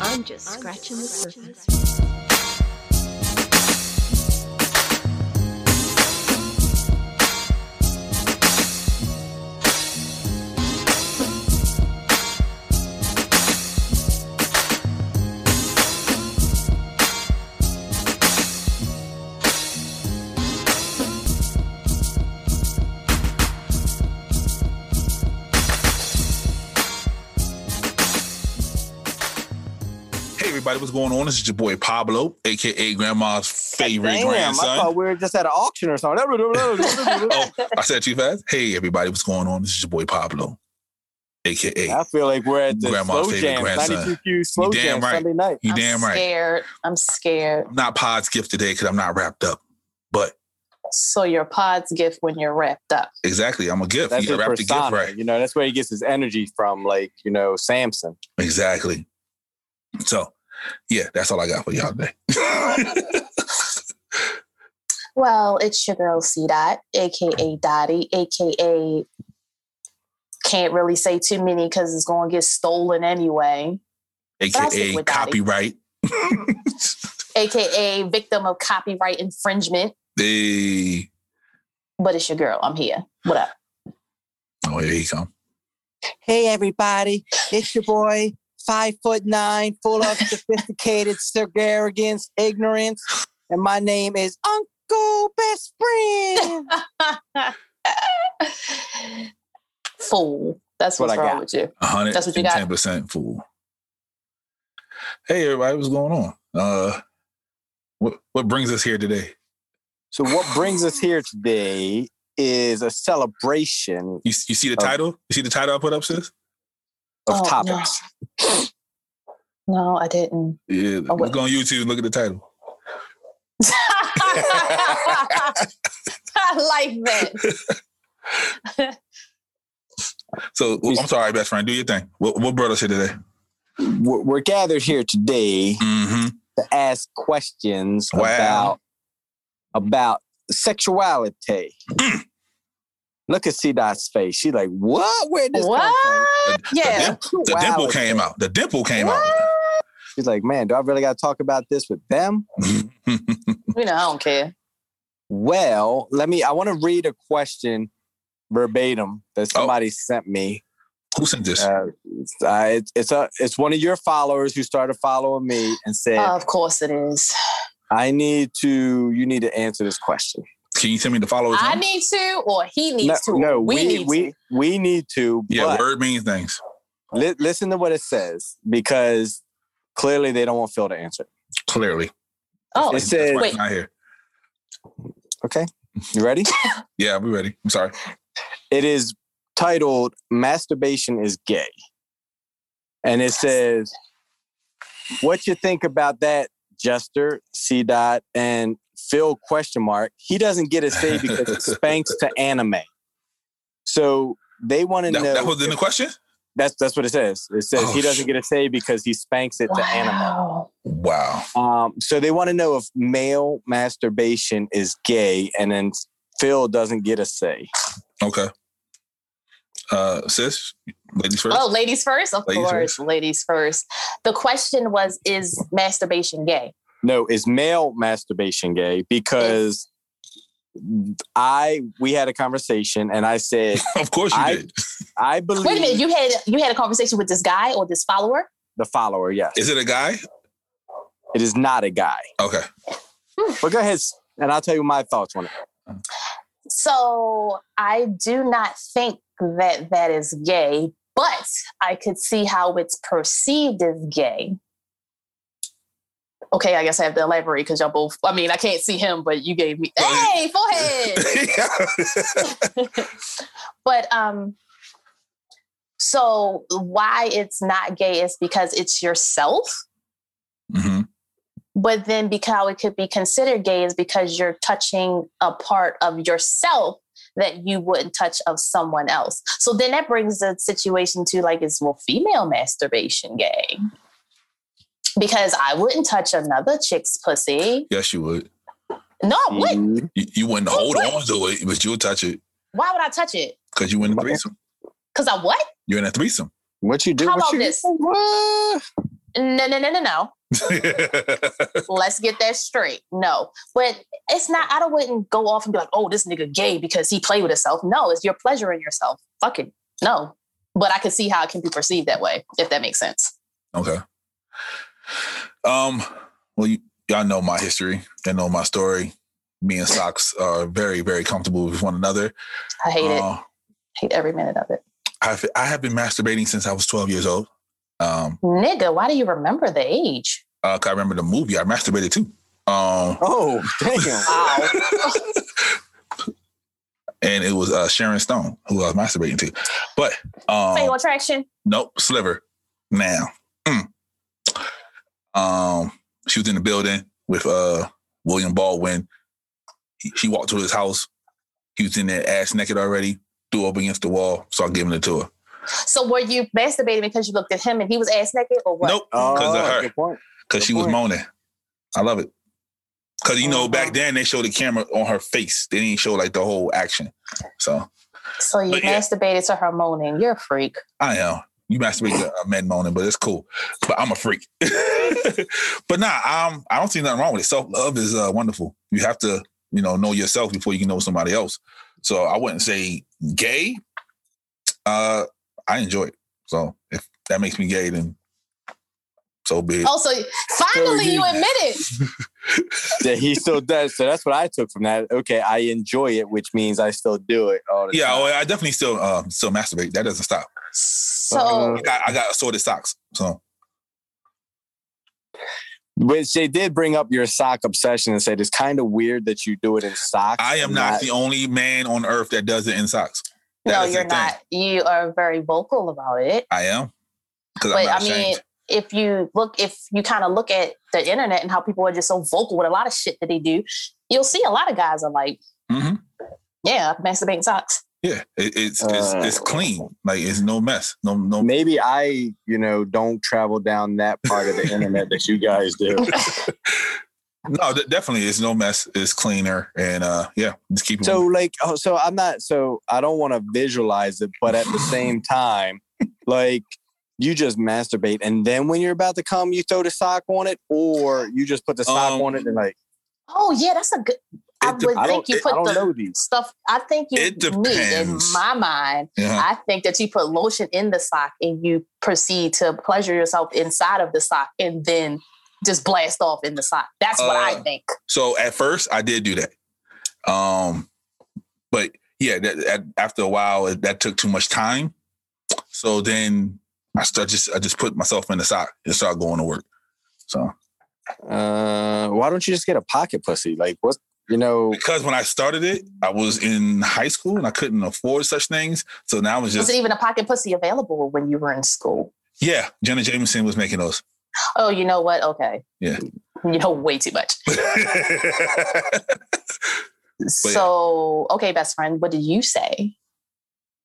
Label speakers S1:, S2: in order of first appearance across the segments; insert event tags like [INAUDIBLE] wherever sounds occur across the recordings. S1: I'm just scratching the surface.
S2: Hey everybody, what's going on? This is your boy Pablo, aka Grandma's favorite
S3: Damn, I
S2: grandson.
S3: thought we were just at an auction
S2: [LAUGHS]
S3: or something. [LAUGHS]
S2: oh, I said it too fast. Hey everybody, what's going on? This is your boy Pablo, aka
S3: I feel like we're at the
S2: Grandma's
S3: slow
S2: favorite
S3: jam,
S2: grandson.
S3: 92Q slow
S2: You damn
S3: jam
S2: right.
S3: Sunday night.
S2: you.
S4: I'm
S2: Damn right.
S4: scared. I'm scared.
S2: I'm not Pod's gift today because I'm not wrapped up, but
S4: So your pod's gift when you're wrapped up.
S2: exactly, I'm a gift.
S3: That's
S2: you
S3: his
S2: gotta wrap the gift
S3: persona.
S2: right.
S3: You know, that's where he gets his energy from, like, you know, Samson.
S2: Exactly. So, yeah, that's all I got for y'all today.
S4: Well, it's your girl C Dot, aka Dottie, aka can't really say too many because it's gonna get stolen anyway. But I stick
S2: aka
S4: with Dottie.
S2: copyright. [LAUGHS]
S4: AKA victim of copyright infringement.
S2: Hey.
S4: But it's your girl. I'm here. What up?
S2: Oh, here he come.
S5: Hey everybody, it's your boy, five foot nine, full of sophisticated arrogance, ignorance, and my name is Uncle Best
S4: [LAUGHS]
S5: Friend.
S4: Fool. That's
S3: What
S4: what's
S3: I
S4: wrong
S3: got.
S4: with you. That's what you got.
S2: 110% fool. Hey, everybody, what's going on? Uh, what, what brings us here today?
S3: So what brings us here today is a celebration
S2: You, you see the
S3: Oh.
S2: title? You see the title I put up, sis?
S3: of
S4: Oh,
S3: topics.
S4: No, I [LAUGHS] didn't.
S2: Yeah.
S4: Oh,
S2: Let's
S4: what-
S2: go on YouTube and look at the title.
S4: I like that.
S2: So I'm sorry, best friend. Do your thing. What, what brought us here today?
S3: We're, we're gathered here today
S2: Mm-hmm.
S3: to ask questions
S2: Wow.
S3: about about sexuality.
S2: Mm.
S3: Look at C Dot's face. She like, what? Where did this come from?
S4: What?
S2: The-
S4: Yeah.
S2: The, dim- the
S3: Wow.
S2: dimple came out. The dimple came
S3: She's like, man, do I really got to talk about this with them?
S2: out.
S4: You know, I don't care.
S3: Well, let me. I want to read a question verbatim that somebody sent me.
S2: [LAUGHS] Who sent this?
S3: Uh, it's- uh, it's, it's a it's one of your followers who started following me and said,
S4: of course it is.
S3: "I need to. You need to answer this question."
S2: Can you send me the followers?
S4: I
S2: name?
S4: need to, or he needs
S3: no,
S4: to.
S3: no,
S4: we,
S3: we
S4: need
S3: we
S4: to.
S3: we need to.
S2: yeah,
S3: but
S2: word means things.
S3: li- listen to what it says because clearly they don't want Phil to answer. it.
S2: Clearly.
S4: Oh,
S3: It says,
S2: Wait.
S4: Wait.
S2: Not here.
S3: "Okay, you ready?"
S2: Yeah, we ready. I'm sorry.
S3: it is titled masturbation is gay and it says what you think about that jester c dot and phil question mark he doesn't get a say because it spanks to anime so they want to
S2: That,
S3: know
S2: that was in the question?
S3: that's that's what it says it says
S2: Oh,
S3: he doesn't get a say because he spanks it to anime
S4: wow.
S2: Wow.
S3: um, so they want to know if male masturbation is gay and then phil doesn't get a say
S2: Okay. Uh, sis, ladies first.
S4: Oh, ladies first? Of
S2: Ladies
S4: course,
S2: first.
S4: ladies first. The question was Is masturbation gay?
S3: No, is male masturbation gay? Because I we had a conversation and I
S4: [LAUGHS]
S3: said
S2: [LAUGHS]
S4: Oh,
S2: of course you
S3: I-
S2: did.
S3: I
S4: Wait a minute,
S3: believe
S4: you had you had a conversation with this guy or this follower?
S3: the follower. Yes,
S2: Is it a guy?
S3: it is not a guy.
S2: Okay.
S3: But go ahead and I'll tell you my thoughts on it.
S4: So I do not think that that is gay, but I could see how it's perceived as gay. Okay, I guess I have to elaborate because y'all both. I mean, I can't see him, but you gave me
S2: Well,
S4: hey forehead.
S2: [LAUGHS]
S4: [LAUGHS] but um, so why it's not gay is because it's yourself.
S2: hmm
S4: But then, because how it could be considered gay is because you're touching a part of yourself that you wouldn't touch of someone else. So then that brings the situation to like, is well, female masturbation gay? Because I wouldn't touch another chick's pussy.
S2: Yes, you would.
S4: No, I
S3: Mm.
S4: wouldn't.
S2: You, you wouldn't
S4: Oh,
S2: hold
S4: what?
S2: on to it, but you'll touch it
S4: Why would I touch it?
S2: because you in a threesome.
S4: Because I what?
S2: You're in a threesome. [LAUGHS]
S3: What you do?
S4: How
S3: what
S4: about
S3: you,
S4: this?
S3: What?
S4: no, no, no, no, no. Let's get that straight. No, but it's not. I don't wouldn't go off and be like, oh, this nigga gay because he played with himself. No, it's your pleasure in yourself. Fucking no. But I can see how it can be perceived that way, if that makes sense.
S2: okay. Um. Well, you, y'all know my history. Y'all know my story. Me and Socks are very, very comfortable with one another.
S4: I hate it.
S2: Uh,
S4: Hate every minute of it.
S2: I've, I have been masturbating since I was 12 years old. Um,
S4: Nigga, why do you remember the age?
S2: uh, 'cause I remember the movie. I masturbated too. Um,
S3: Oh, damn.
S4: Wow.
S2: and it was uh, Sharon Stone who I was masturbating to. But
S4: Fatal
S2: um,
S4: attraction.
S2: nope, Sliver. Now, Mm. um, she was in the building with uh William Baldwin. He- She walked to his house. He was in there ass naked already. Threw up against the wall. So I giving it to her.
S4: So were you masturbating because you looked at him and he was ass naked or what?
S2: Nope, because
S3: Oh,
S2: of her.
S3: good point.
S2: Because
S3: good
S2: she was
S3: point.
S2: moaning. I love it. Because you know, back
S4: Mhm.
S2: then they showed the camera on her face. They didn't show like the whole action. So
S4: So you
S2: But yeah.
S4: masturbated to her moaning. You're a freak.
S2: I am. You masturbate to a men moaning, but it's cool. But I'm a freak. [LAUGHS] but nah, I'm, I don't see nothing wrong with it. Self love is uh, wonderful. You have to, you know, know yourself before you can know somebody else. So I wouldn't say gay. Uh, I enjoy it. So if that makes me gay, then so be it.
S4: Oh, so finally
S3: you-
S4: you admit it.
S3: Yeah, he still does. So that's what I took from that. Okay, I enjoy it, which means I still do it
S4: Oh.
S3: all the
S2: yeah,
S3: time.
S2: well, I definitely still um, still masturbate. That doesn't stop.
S4: So
S3: Uh,
S2: I got, I got assorted socks. So
S3: Which they did bring up your sock obsession and said it's kind of weird that you do it in socks.
S2: I am
S3: and
S2: not the only man on earth that does it in socks. That
S4: no,
S2: is a
S4: you're
S2: thing.
S4: not. You are very vocal about it.
S2: I am. Because I'm
S4: But
S2: not
S4: I mean,
S2: ashamed.
S4: if you look, if you kind of look at the internet and how people are just so vocal with a lot of shit that they do, you'll see a lot of guys are like,
S2: Mhm.
S4: yeah, masturbating socks.
S2: Yeah, it, it's, it's
S3: Uh,
S2: it's clean. Like it's no mess. No no.
S3: Maybe I, you know, don't travel down that part of the internet that you guys do.
S2: No, de- definitely it's no mess. It's cleaner and uh yeah, just keep it. [LAUGHS]
S3: So like, oh, so I'm not. So I don't want to visualize it, but at the same time, like you just masturbate, and then when you're about to come, you throw the sock on it, or you just put the sock
S2: Um,
S3: on it, and like
S4: Oh yeah, that's a good. I
S2: It de-
S4: would
S3: I
S4: think
S3: don't,
S4: you
S3: I
S4: put
S3: don't
S4: the
S3: know these.
S4: stuff. I think you
S2: It
S4: need, in
S2: depends.
S4: my mind,
S2: yeah.
S4: I think that you put lotion in the sock and you proceed to pleasure yourself inside of the sock and then just blast off in the sock. That's what I
S2: Uh,
S4: think.
S2: So at first I did do that, um, but yeah, that, that, after a while it, that took too much time. So then I start just I just put myself in the sock and start going to work. So
S3: Uh, why don't you just get a pocket pussy? Like what? You know,
S2: because when I started it, I was in high school and I couldn't afford such things. So now it's
S4: Was
S2: just
S4: it even a pocket pussy available when you were in school?
S2: yeah. Jenna Jameson was making those. [LAUGHS]
S4: Oh, you know what? Okay.
S2: Yeah.
S4: You know way too much. so, okay, best friend, what did you say?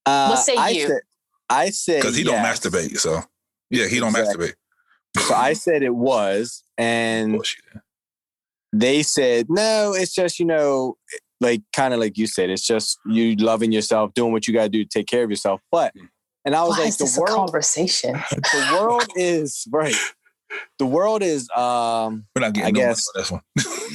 S3: uh,
S4: What say
S3: I
S4: you?
S3: Said, I said
S2: because he
S3: yes.
S2: don't masturbate. So yeah, he don't
S3: Exactly. Mm.
S2: masturbate.
S3: So I said it was, and
S2: Bullshit.
S3: they said no. It's just you know, like kind of like you said, it's just you loving yourself, doing what you got to do to take care of yourself. But and I was
S4: Why
S3: like,
S4: is this
S3: the
S4: a
S3: world,
S4: conversation?
S3: the world is right. The world is um
S2: We're not getting no money
S3: I guess-
S2: on this one.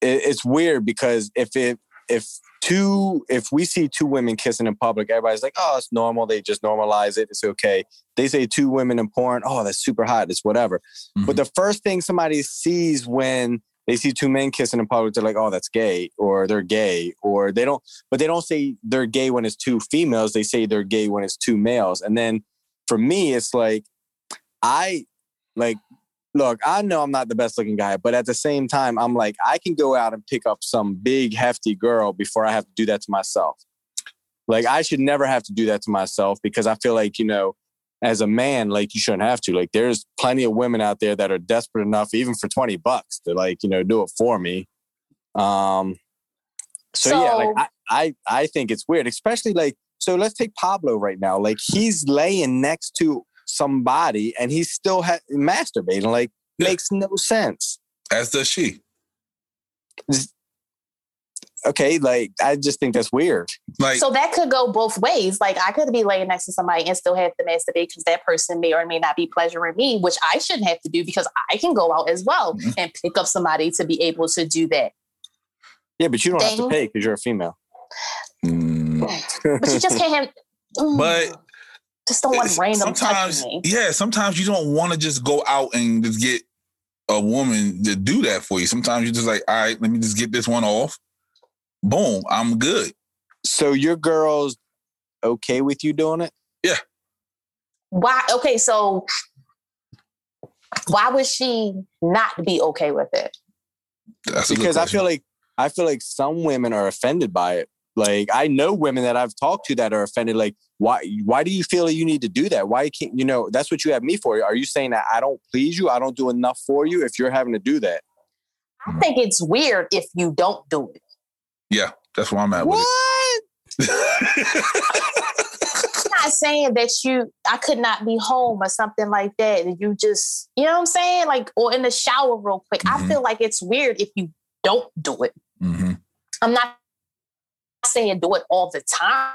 S3: it, it's weird because if it if two if we see two women kissing in public, everybody's like, oh, it's normal. They just normalize it. It's okay. They say two women in porn, oh, that's super hot. It's whatever. But the first thing somebody sees when they see two men kissing in public, they're like, oh, that's gay, or they're gay, or they don't. But they don't say they're gay when it's two females. They say they're gay when it's two males. And then for me, it's like I like look, I know I'm not the best looking guy, but at the same time, I'm like, I can go out and pick up some big hefty girl before I have to do that to myself. Like I should never have to do that to myself because I feel like, you know, as a man, like you shouldn't have to. Like there's plenty of women out there that are desperate enough, even for 20 bucks, to like, you know, do it for me. Um [LAUGHS] so, yeah, like I, I I think it's weird, especially like so let's take Pablo right now. Like he's laying next to somebody and he's still ha- masturbating. Like
S2: Yeah.
S3: makes no sense.
S2: As does she.
S3: okay, like I just think that's weird.
S2: Like,
S4: So that could go both ways. Like I could be laying next to somebody and still have to masturbate because that person may or may not be pleasuring me, which I shouldn't have to do because I can go out as well
S2: Mhm.
S3: Mm-hmm.
S4: and pick up somebody to be able to do that.
S3: Yeah, but you don't have to
S4: Thing.
S3: pay because you're a female.
S2: mm,
S4: But you
S3: [LAUGHS]
S4: just can't have. Mm.
S2: But
S4: just don't want
S2: it's-
S4: random
S2: sometimes,
S4: touching me.
S2: yeah, sometimes you don't want to just go out and just get a woman to do that for you. Sometimes you're just like, all right, let me just get this one off. Boom, I'm good.
S3: so your girl's okay with you doing it?
S4: Why? Okay, so why would she not be okay with it?
S2: That's a good
S3: because I
S2: question.
S3: feel like I feel like some women are offended by it. Like I know women that I've talked to that are offended. Like why why do you feel you need to do that? Why can't you know that's what you have me for? Are you saying that I don't please you? I don't do enough for you if you're having to do that?
S4: I think it's weird if you don't do it.
S2: that's where I'm at with
S5: What?
S2: it.
S4: I'm not saying that you I could not be home or something like that. and You just you know what I'm saying? Like or in the shower real quick.
S2: Mhm.
S4: I feel like it's weird if you don't do it.
S2: hmm
S4: I'm not saying do it all the time.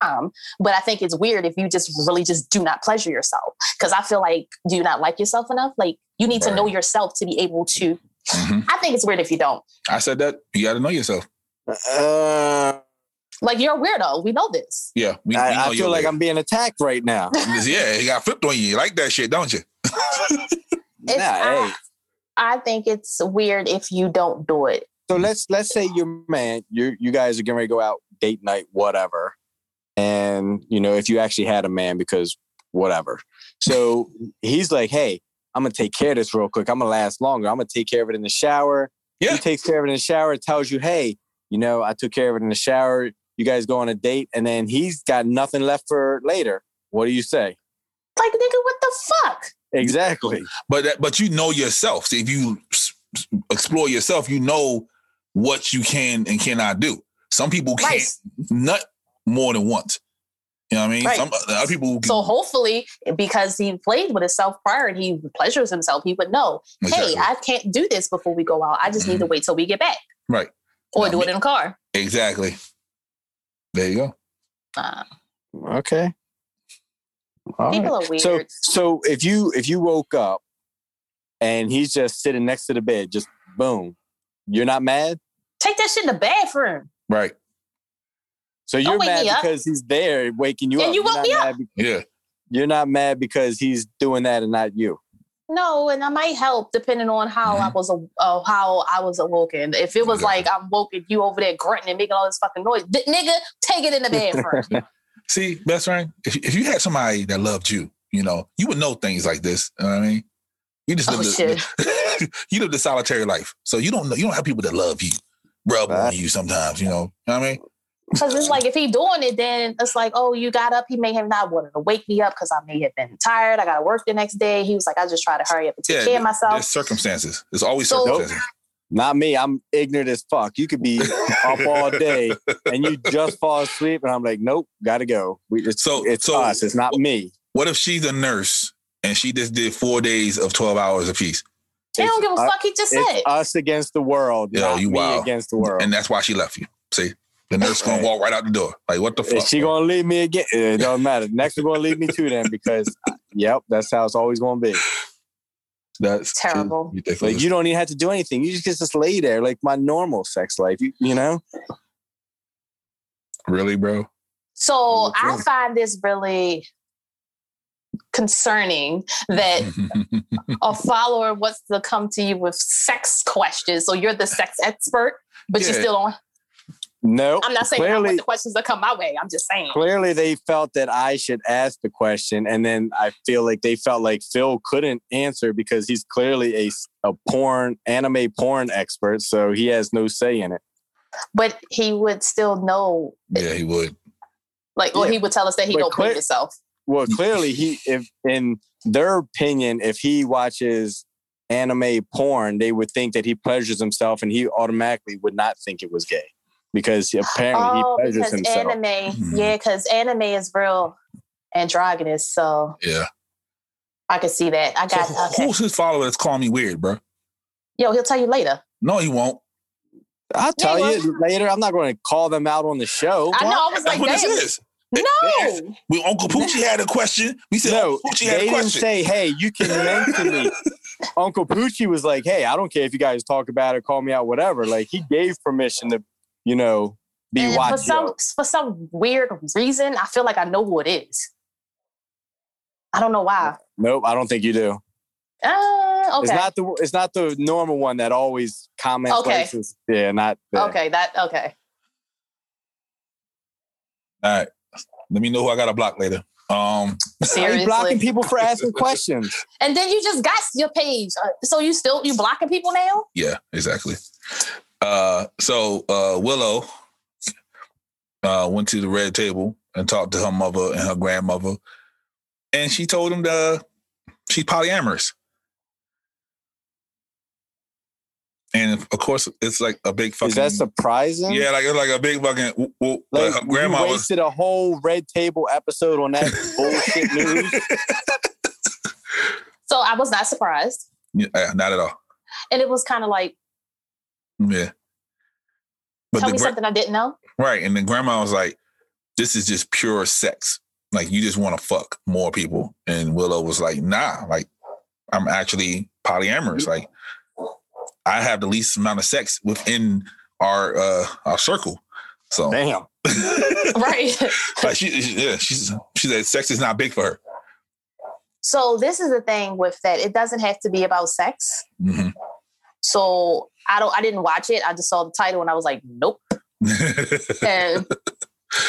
S4: Um, but I think it's weird if you just really just do not pleasure yourself. Cause I feel like do you not like yourself enough? Like you need to
S2: Right.
S4: know yourself to be able to
S2: hmm
S4: I think it's weird if you don't.
S2: I said that you got to know yourself.
S3: Uh,
S4: Like you're a weirdo. We know this.
S2: Yeah, we, we know
S3: I, I
S2: your
S3: feel like
S2: way.
S3: I'm being attacked right now.
S2: [LAUGHS] Yeah, he got flipped on you. You like that shit, don't you?
S3: nah,
S4: It's-
S3: hey.
S4: I think it's weird if you don't do it.
S3: So let's let's say your man, you you guys are getting ready to go out date night, whatever. And you know, if you actually had a man, because whatever. So he's like, hey, I'm gonna take care of this real quick. I'm gonna last longer. I'm gonna take care of it in the shower.
S2: Yeah.
S3: He takes care of it in the shower, tells you, hey, you know, I took care of it in the shower. You guys go on a date, and then he's got nothing left for later. What do you say?
S4: Like, nigga, what the fuck?
S3: Exactly.
S2: But that, but you know yourself. See, if you s- s- explore yourself, you know what you can and cannot do. Some people can't [LAUGHS]
S4: Right.
S2: nut more than once. You know what I mean?
S4: Right.
S2: Some uh, other people.
S4: So hopefully, because he played with himself prior and he pleasures himself, he would know,
S2: Exactly. Mm-hmm.
S4: hey, I can't do this before we go out. I just need to wait till we get back.
S2: Right.
S4: Or
S2: Yeah,
S4: do
S2: me-
S4: it in the car.
S2: exactly. There you go.
S4: Uh,
S3: Okay. All right.
S4: people are weird.
S3: So so if you if you woke up and he's just sitting next to the bed, just boom, you're not mad.
S4: Take that shit in the bathroom.
S2: Right.
S3: So you're
S4: wake
S3: mad
S4: me up.
S3: because he's there waking you
S4: Yeah,
S3: up.
S4: you
S3: You're
S4: woke
S3: not
S4: me up.
S3: mad be-
S2: Yeah.
S3: you're not mad because he's doing that and not you.
S4: No, and I might help depending on how
S2: Mm-hmm.
S4: I was a- uh, how I was awoken. If it was like I'm woken, you over there grunting and making all this fucking noise, d- nigga, take it
S2: [LAUGHS]
S4: in the bathroom.
S2: See, best friend, if, if you had somebody that loved you, you know, you would know things like this. You know what I mean? You just live
S4: oh
S2: the-
S4: shit.
S2: [LAUGHS] you live the solitary life. So you don't know you don't have people that love you, rub on
S3: Right.
S2: you sometimes, you know. You know what I mean?
S4: Because it's like if he doing it, then it's like, oh, you got up. He may have not wanted to wake me up because I may have been tired. I got to work the next day. He was like, I just try to hurry up and take
S2: Yeah,
S4: care of
S2: There's
S4: myself.
S2: circumstances. There's always
S4: So-
S2: circumstances.
S3: Not me. I'm ignorant as fuck. You could be up all day and you just fall asleep, and I'm like, nope, gotta go. We, it's,
S2: So-
S3: it's
S2: so-
S3: us. It's not me.
S2: What if she's a nurse and she just did four days of twelve hours apiece?
S4: He don't give a
S3: uh,
S4: fuck. He just
S3: It's
S4: said,
S3: us against the world.
S2: Yo,
S3: not
S2: you
S3: me
S2: wild.
S3: against the world.
S2: And that's why she left you. See? The nurse gonna
S3: Right.
S2: walk right out the door. Like what the fuck?
S3: Is she gonna leave me again? Uh, It don't matter. Next, we're gonna leave me too then because, uh, yep, that's how it's always gonna be.
S2: that's
S4: Terrible.
S2: ridiculous.
S3: Like you don't even have to do anything. You just get just lay there like my normal sex life. You, you know?
S2: really, bro?
S4: so
S3: Okay.
S4: I find this really concerning that
S3: [LAUGHS]
S4: a follower wants to come to you with sex questions. So you're the sex expert, but you
S2: Yeah.
S4: still don't.
S3: No.
S4: I'm not saying I
S3: Clearly-
S4: want the questions that come my way. I'm just saying.
S3: Clearly, they felt that I should ask the question, and then I feel like they felt like Phil couldn't answer because he's clearly a s- a porn anime porn expert, so he has no say in it.
S4: But he would still know,
S2: [LAUGHS] Yeah, he would.
S4: like, or
S3: Yeah.
S4: he would tell us that he
S3: But
S4: don't
S3: clear-
S4: prove himself.
S3: well clearly he if in their opinion if he watches anime porn they would think that he pleasures himself and he automatically would not think it was gay because apparently
S4: oh,
S3: he pleasures
S4: because
S3: himself
S4: anime,
S2: Mhm.
S4: yeah, because anime is real androgynous, so
S2: Yeah.
S4: I can see that. I
S2: So
S4: got okay.
S2: who's his follower that's calling me weird, bro?
S4: Yo, he'll tell you later.
S2: No, he won't.
S3: I'll tell
S4: Yeah,
S3: you later. I'm not going to call them out on the show.
S4: I know. I was
S2: That's
S4: like,
S2: what this
S4: damn.
S2: is.
S4: No.
S2: We Uncle
S4: [LAUGHS]
S2: Poochie had a question. We said
S3: No,
S2: Uncle Poochie had
S3: they
S2: a
S3: didn't
S2: question.
S3: say, "Hey, you can mention
S2: [LAUGHS]
S3: me." Uncle Poochie was like, "Hey, I don't care if you guys talk about it, call me out, whatever." Like he gave permission to, you know, be
S4: And for
S3: watched.
S4: some for some weird reason, I feel like I know who it is. I don't know why.
S3: Nope, I don't think you do.
S4: Uh,
S3: It's
S4: okay.
S3: not the it's not the normal one that always comments.
S4: Okay.
S3: racist. Yeah, not. the-
S4: Okay. That. Okay.
S2: All right. Let me know who I got to block later. Um,
S3: Are you blocking
S4: Seriously.
S3: people
S2: [LAUGHS]
S3: for asking questions?
S4: And then you just got your page. Uh, So you still you blocking people now?
S2: yeah, exactly. Uh, so uh, Willow uh, went to the red table and talked to her mother and her grandmother, and she told them that uh, she's polyamorous. And of course, it's like a big fucking
S3: Is that surprising?
S2: yeah, like it's like a big fucking. w- w-
S3: Like,
S2: her
S3: grandma
S2: grandma
S3: you
S2: was
S3: wasted a whole red table episode
S2: [LAUGHS]
S3: on that bullshit news.
S4: So I was not surprised,
S2: Yeah, yeah, not at all.
S4: and it was kind of like,
S2: Yeah. But
S4: tell
S2: the
S4: me
S2: gra-
S4: something I didn't know. [LAUGHS]
S2: right, and the grandma was like, "This is just pure sex. Like you just want to fuck more people." And Willow was like, "Nah, like I'm actually polyamorous. Like I have the least amount of sex within our uh our circle." So
S3: Damn.
S4: Right.
S2: [LAUGHS] like she, she- yeah, she's she said sex is not big for her.
S4: so this is the thing with that. It doesn't have to be about sex.
S2: Mhm.
S4: So I don't. I didn't watch it. I just saw the title and I was like, nope. And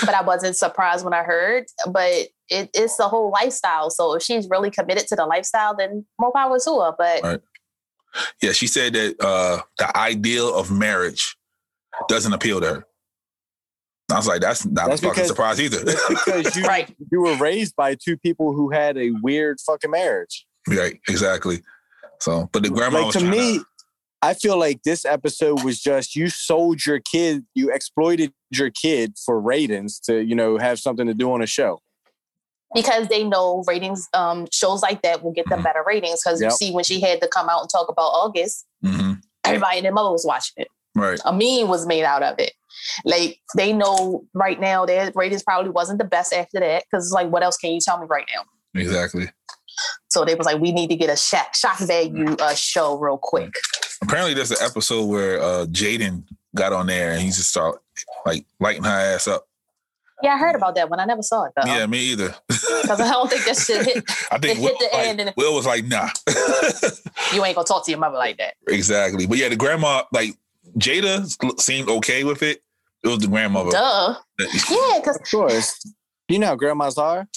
S4: but I wasn't surprised when I heard. But it, it's the whole lifestyle. So if she's really committed to the lifestyle, then more power to her. But
S2: Right. [LAUGHS] yeah, she said that uh the ideal of marriage doesn't appeal to her. I was like, that's not
S3: That's
S2: a fucking
S3: because-
S2: surprise either. [LAUGHS]
S3: Because you
S4: right.
S3: you were raised by two people who had a weird fucking marriage.
S2: Right, exactly. So, but the grandma
S3: Like
S2: was
S3: to
S2: trying
S3: me, I feel like this episode was just you sold your kid, you exploited your kid for ratings to, you know, have something to do on a show.
S4: because they know ratings um shows like that will get them
S2: Mhm.
S4: better ratings because
S3: Yep.
S4: you see when she had to come out and talk about august
S2: Mhm,
S4: everybody in their mother was watching it
S2: Right,
S4: a meme was made out of it like they know right now their ratings probably wasn't the best after that because like what else can you tell me right now
S2: exactly.
S4: so they was like we need to get a shock shock value uh, show real quick
S2: Apparently, there's an episode where uh Jaden got on there and he just started like lighting her ass up.
S4: yeah i heard about that one i never saw it though
S2: Yeah, me
S4: [LAUGHS]
S2: either. [LAUGHS]
S4: because i don't think that shit hit
S2: I think
S4: It
S2: Will,
S4: hit the
S2: like,
S4: end and-
S2: Will was like, nah. [LAUGHS]
S4: you ain't gonna talk to your mother like that
S2: exactly. But yeah, the grandma, like Jada seemed okay with it. It was the grandmother. [LAUGHS]
S4: duh yeah because
S3: Of course. You know how grandmas are.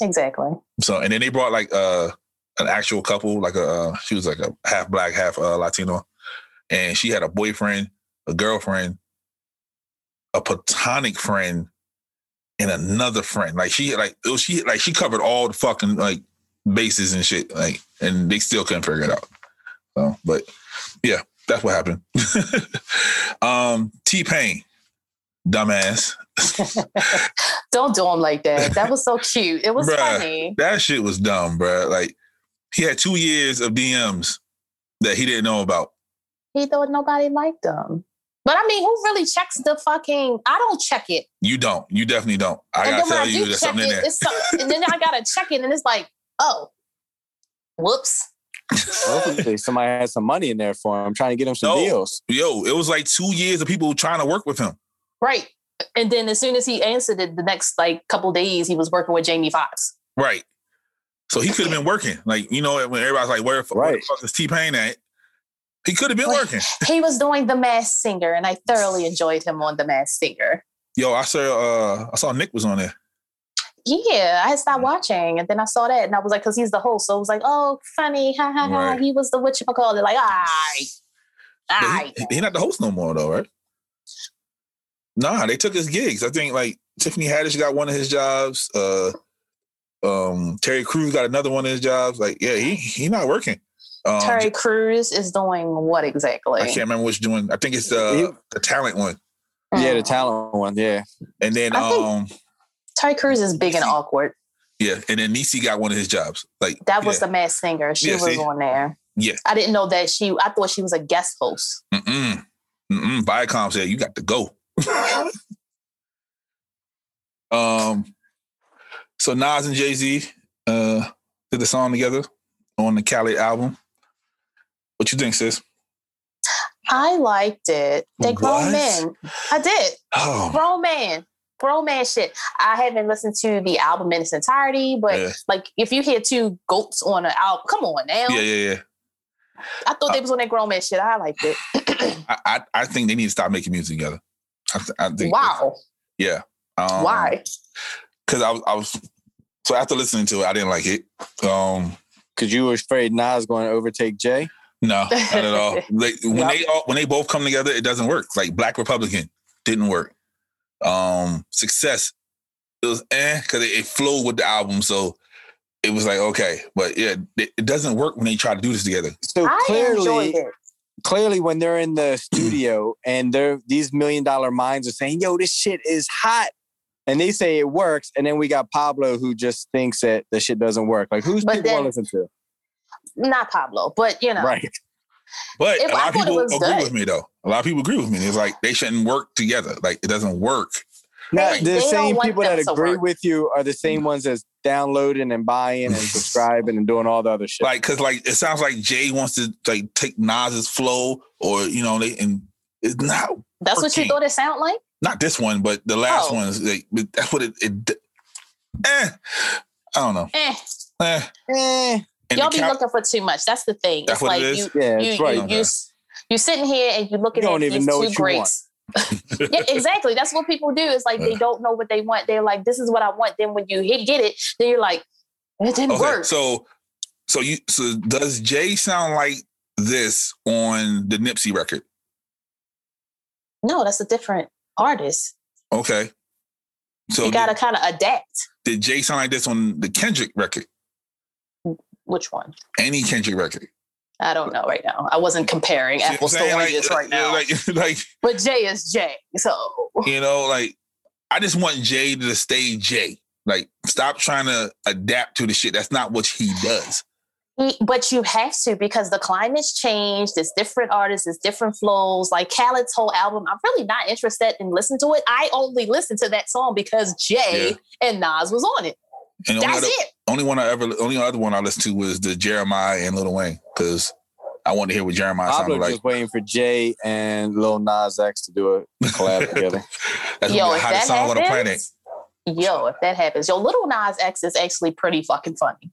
S4: exactly
S2: So and then they brought like uh an actual couple, like a uh, she was like a half black, half uh, Latino, and she had a boyfriend, a girlfriend, a platonic friend, and another friend. Like she like it was, she like she covered all the fucking like bases and shit. Like and they still couldn't figure it out. So but yeah, that's what happened. [LAUGHS] um T Pain, dumbass.
S4: don't do them like that that was so cute it was
S2: Bruh.
S4: funny
S2: That shit was dumb, bruh. Like he had two years of DMs that he didn't know about.
S4: he thought nobody liked them. But I mean, who really checks the fucking? I don't check it,
S2: You don't. You definitely don't. I gotta
S4: and then when
S2: tell
S4: I
S2: you,
S4: do
S2: there's
S4: check
S2: something in
S4: it,
S2: there.
S4: it's some, and then I gotta check it, and it's like, oh, whoops.
S3: Hopefully somebody has some money in there for him. I'm trying to get him some
S2: No.
S3: deals.
S2: Yo, it was like two years of people trying to work with him.
S4: Right. And then as soon as he answered it, the next like couple days, he was working with Jamie Foxx.
S2: Right. So he could have been working. Like, you know, when everybody's like, where, the fu- where the
S3: Right.
S2: fuck is T Pain at? He could have been
S4: Right.
S2: working.
S4: He was doing The Masked Singer, and I thoroughly enjoyed him on The Masked Singer.
S2: Yo, I saw uh I saw Nick was on there.
S4: Yeah, I had
S2: Mm.
S4: stopped watching, and then I saw that, and I was like, because he's the host, so I was like, oh, funny, ha ha ha.
S2: Right.
S4: He was the whatchamacallit, like, ah,
S2: But
S4: ah.
S2: he, he not the host no more though, right? Nah, they took his gigs. I think like Tiffany Haddish got one of his jobs. Uh, um, Terry Crews got another one of his jobs. Like, yeah, he he not working. Um,
S4: Terry Crews is doing what exactly?
S2: I can't remember which doing. I think it's uh, the talent one,
S4: Mm.
S3: Yeah, the talent one. Yeah.
S2: and then
S4: I think-
S2: um,
S4: Terry Crews is big and awkward.
S2: yeah, and then Nisi got one of his jobs. Like
S4: That was
S2: yeah.
S4: the mass singer. She
S2: Yeah,
S4: was
S2: see?
S4: on there.
S2: Yeah.
S4: I didn't know that she I thought she was a guest host.
S2: Mm-mm. Mm-mm, Viacom said you got to go. [LAUGHS] um, so Nas and Jay Z uh, did the song together on the Cali album. What you think, sis?
S4: I liked it. They
S2: What?
S4: grown men. I did.
S2: Oh,
S4: Grown man. Grown man shit. I haven't listened to the album in its entirety, but
S2: Yeah.
S4: like if you hear two goats on an album, come on now.
S2: yeah, yeah, yeah.
S4: I thought they was on that grown man shit. I liked it.
S2: I, I, I think they need to stop making music together. I, th- I think.
S4: wow.
S2: Yeah. Um,
S4: Why?
S2: Because I was, I was. So after listening to it, I didn't like it. Um,
S3: Because you were afraid Nas going to overtake Jay.
S2: No, not
S4: [LAUGHS]
S2: at all. Like, when they all, when they both come together, it doesn't work. Like Black Republican didn't work. Um, Success it was eh because it, it flowed with the album, so it was like okay, but yeah, it, it doesn't work when they try to do this together.
S3: So
S4: I
S3: clearly,
S4: enjoyed it.
S3: clearly when they're in the studio and they're these million dollar minds are saying, yo, this shit is hot. And they say it works. And then we got Pablo who just thinks that the shit doesn't work. Like who's
S4: But
S3: people want
S4: then-
S3: to listen to?
S4: Not Pablo, but you know,
S3: Right.
S2: But
S4: If
S2: a lot
S4: I
S2: of
S4: thought it
S2: people
S4: was
S2: agree
S4: good.
S2: with me though. A lot of people agree with me. It's like they shouldn't work together. Like it doesn't work.
S3: Now,
S4: They-
S3: the
S4: they don't
S3: same
S4: want
S3: people
S4: them Mm.
S3: that
S4: to
S3: agree
S4: work.
S3: with you are the same ones that's downloading and
S2: [LAUGHS]
S3: buying and subscribing and doing all the other shit.
S2: Like because like it sounds like Jay wants to like take Nas's flow or you know they and it's not
S4: that's what you
S2: Working.
S4: thought it sounded like.
S2: not this one, but the last
S4: Oh.
S2: one. Is like, but that's what it. it eh, I don't know.
S4: Eh,
S2: Eh.
S3: Eh,
S2: And
S4: y'all
S2: the
S4: be
S2: cap-
S4: looking for too much. That's the thing.
S2: That's
S4: it's
S2: what
S4: like
S2: it is?
S4: you,
S3: yeah,
S4: you,
S3: that's right.
S4: you,
S2: Okay.
S4: you, s- you sitting here and you're looking
S3: You
S4: at
S3: don't even
S4: these
S3: know
S4: two
S3: what you want.
S4: greats. yeah, exactly. That's what people do. It's like they
S2: Uh.
S4: don't know what they want. They're like, "This is what I want." Then when you hit get it, then you're like, "It didn't
S2: okay,
S4: work."
S2: so so you so does Jay sound like this on the Nipsey record?
S4: no, that's a different artist.
S2: Okay. So
S4: you
S2: did,
S4: gotta kind of adapt.
S2: did Jay sound like this on the Kendrick record?
S4: Which one?
S2: Any Kendrick record?
S4: I don't know right now. I wasn't comparing
S2: See what I'm
S4: apples to
S2: saying? Like-
S4: oranges right now.
S2: Like, [LAUGHS] like
S4: but Jay is Jay, so
S2: you know, like I just want Jay to stay Jay. Like, stop trying to adapt to the shit. That's not what he does.
S4: He- but you have to because the climate's changed. It's different artists, it's different flows. Like Khaled's whole album, I'm really not interested in listening to it. I only listened to that song because Jay and Nas was on it.
S2: And the only
S4: That's
S2: other-
S4: it.
S2: only one I ever, only other one I listened to was the Jeremiah and Lil Wayne because I wanted to hear what Jeremiah
S3: Pablo
S2: sounded like.
S3: just waiting for Jay and Lil Nas X to do a
S2: [LAUGHS]
S3: collab together.
S2: That's gonna be the hottest song on the planet.
S4: yo, if that happens, yo, little Nas X is actually pretty fucking funny.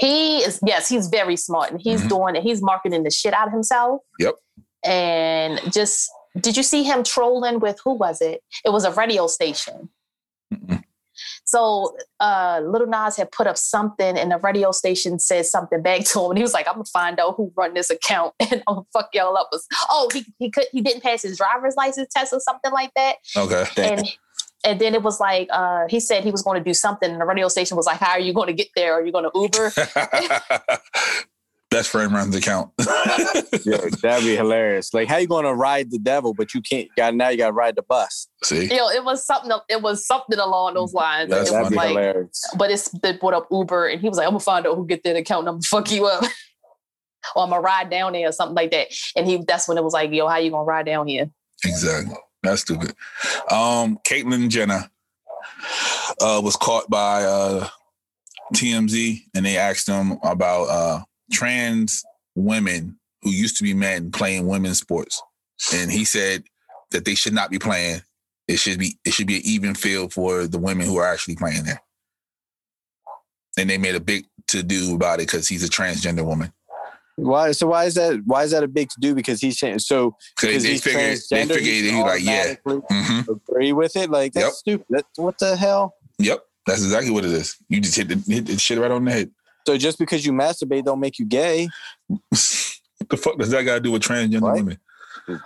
S4: He is, yes, he's very smart and he's
S2: Mhm.
S4: doing it. He's marketing the shit out of himself.
S2: Yep.
S4: And just, did you see him trolling with who was it? It was a radio station.
S2: Mm-mm.
S4: So uh Little Nas had put up something and the radio station said something back to him. And he was like, I'm gonna find out who run this account [LAUGHS] and I'm gonna fuck y'all up. Oh, he he could he didn't pass his driver's license test or something like that.
S2: Okay.
S3: Damn.
S4: And and then it was like uh he said he was gonna do something and the radio station was like, How are you gonna get there? Are you gonna Uber?
S2: [LAUGHS] Best friend runs the account.
S3: Yo, that'd be hilarious. Like, how you going to ride the devil, but you can't? Got now you got to ride the bus.
S2: [LAUGHS] See,
S4: you know, it was something it was something along those lines.
S2: That's
S4: it
S3: that'd
S4: was
S3: be
S2: funny.
S4: like
S3: hilarious.
S4: but it's they brought up Uber and he was like, I'm gonna find out who get that account number, fuck you up. [LAUGHS] or I'm gonna ride down there or something like that. And he that's when it was like, yo, how you gonna ride down here?
S2: exactly. That's stupid. Um, Caitlyn Jenner uh, was caught by uh, TMZ, and they asked them about uh, trans women who used to be men playing women's sports, and he said that they should not be playing. It should be it should be an even field for the women who are actually playing there. And they made a big to do about it because he's a transgender woman.
S3: Why? So why is that? Why is that a big to do? Because he's saying so.
S2: They,
S3: Because
S2: they
S3: he's
S2: figured, they
S3: transgender.
S2: figured
S3: he's
S2: he like, yeah,
S3: automatically
S2: hmm
S3: Agree with it? Like that's
S2: Yep.
S3: stupid. That, what the hell?
S2: yep, that's exactly what it is. You just hit the, hit the shit right on the head. [LAUGHS]
S3: So just because you masturbate don't make you gay.
S2: what the fuck does that got to do with transgender
S3: Right.
S2: women?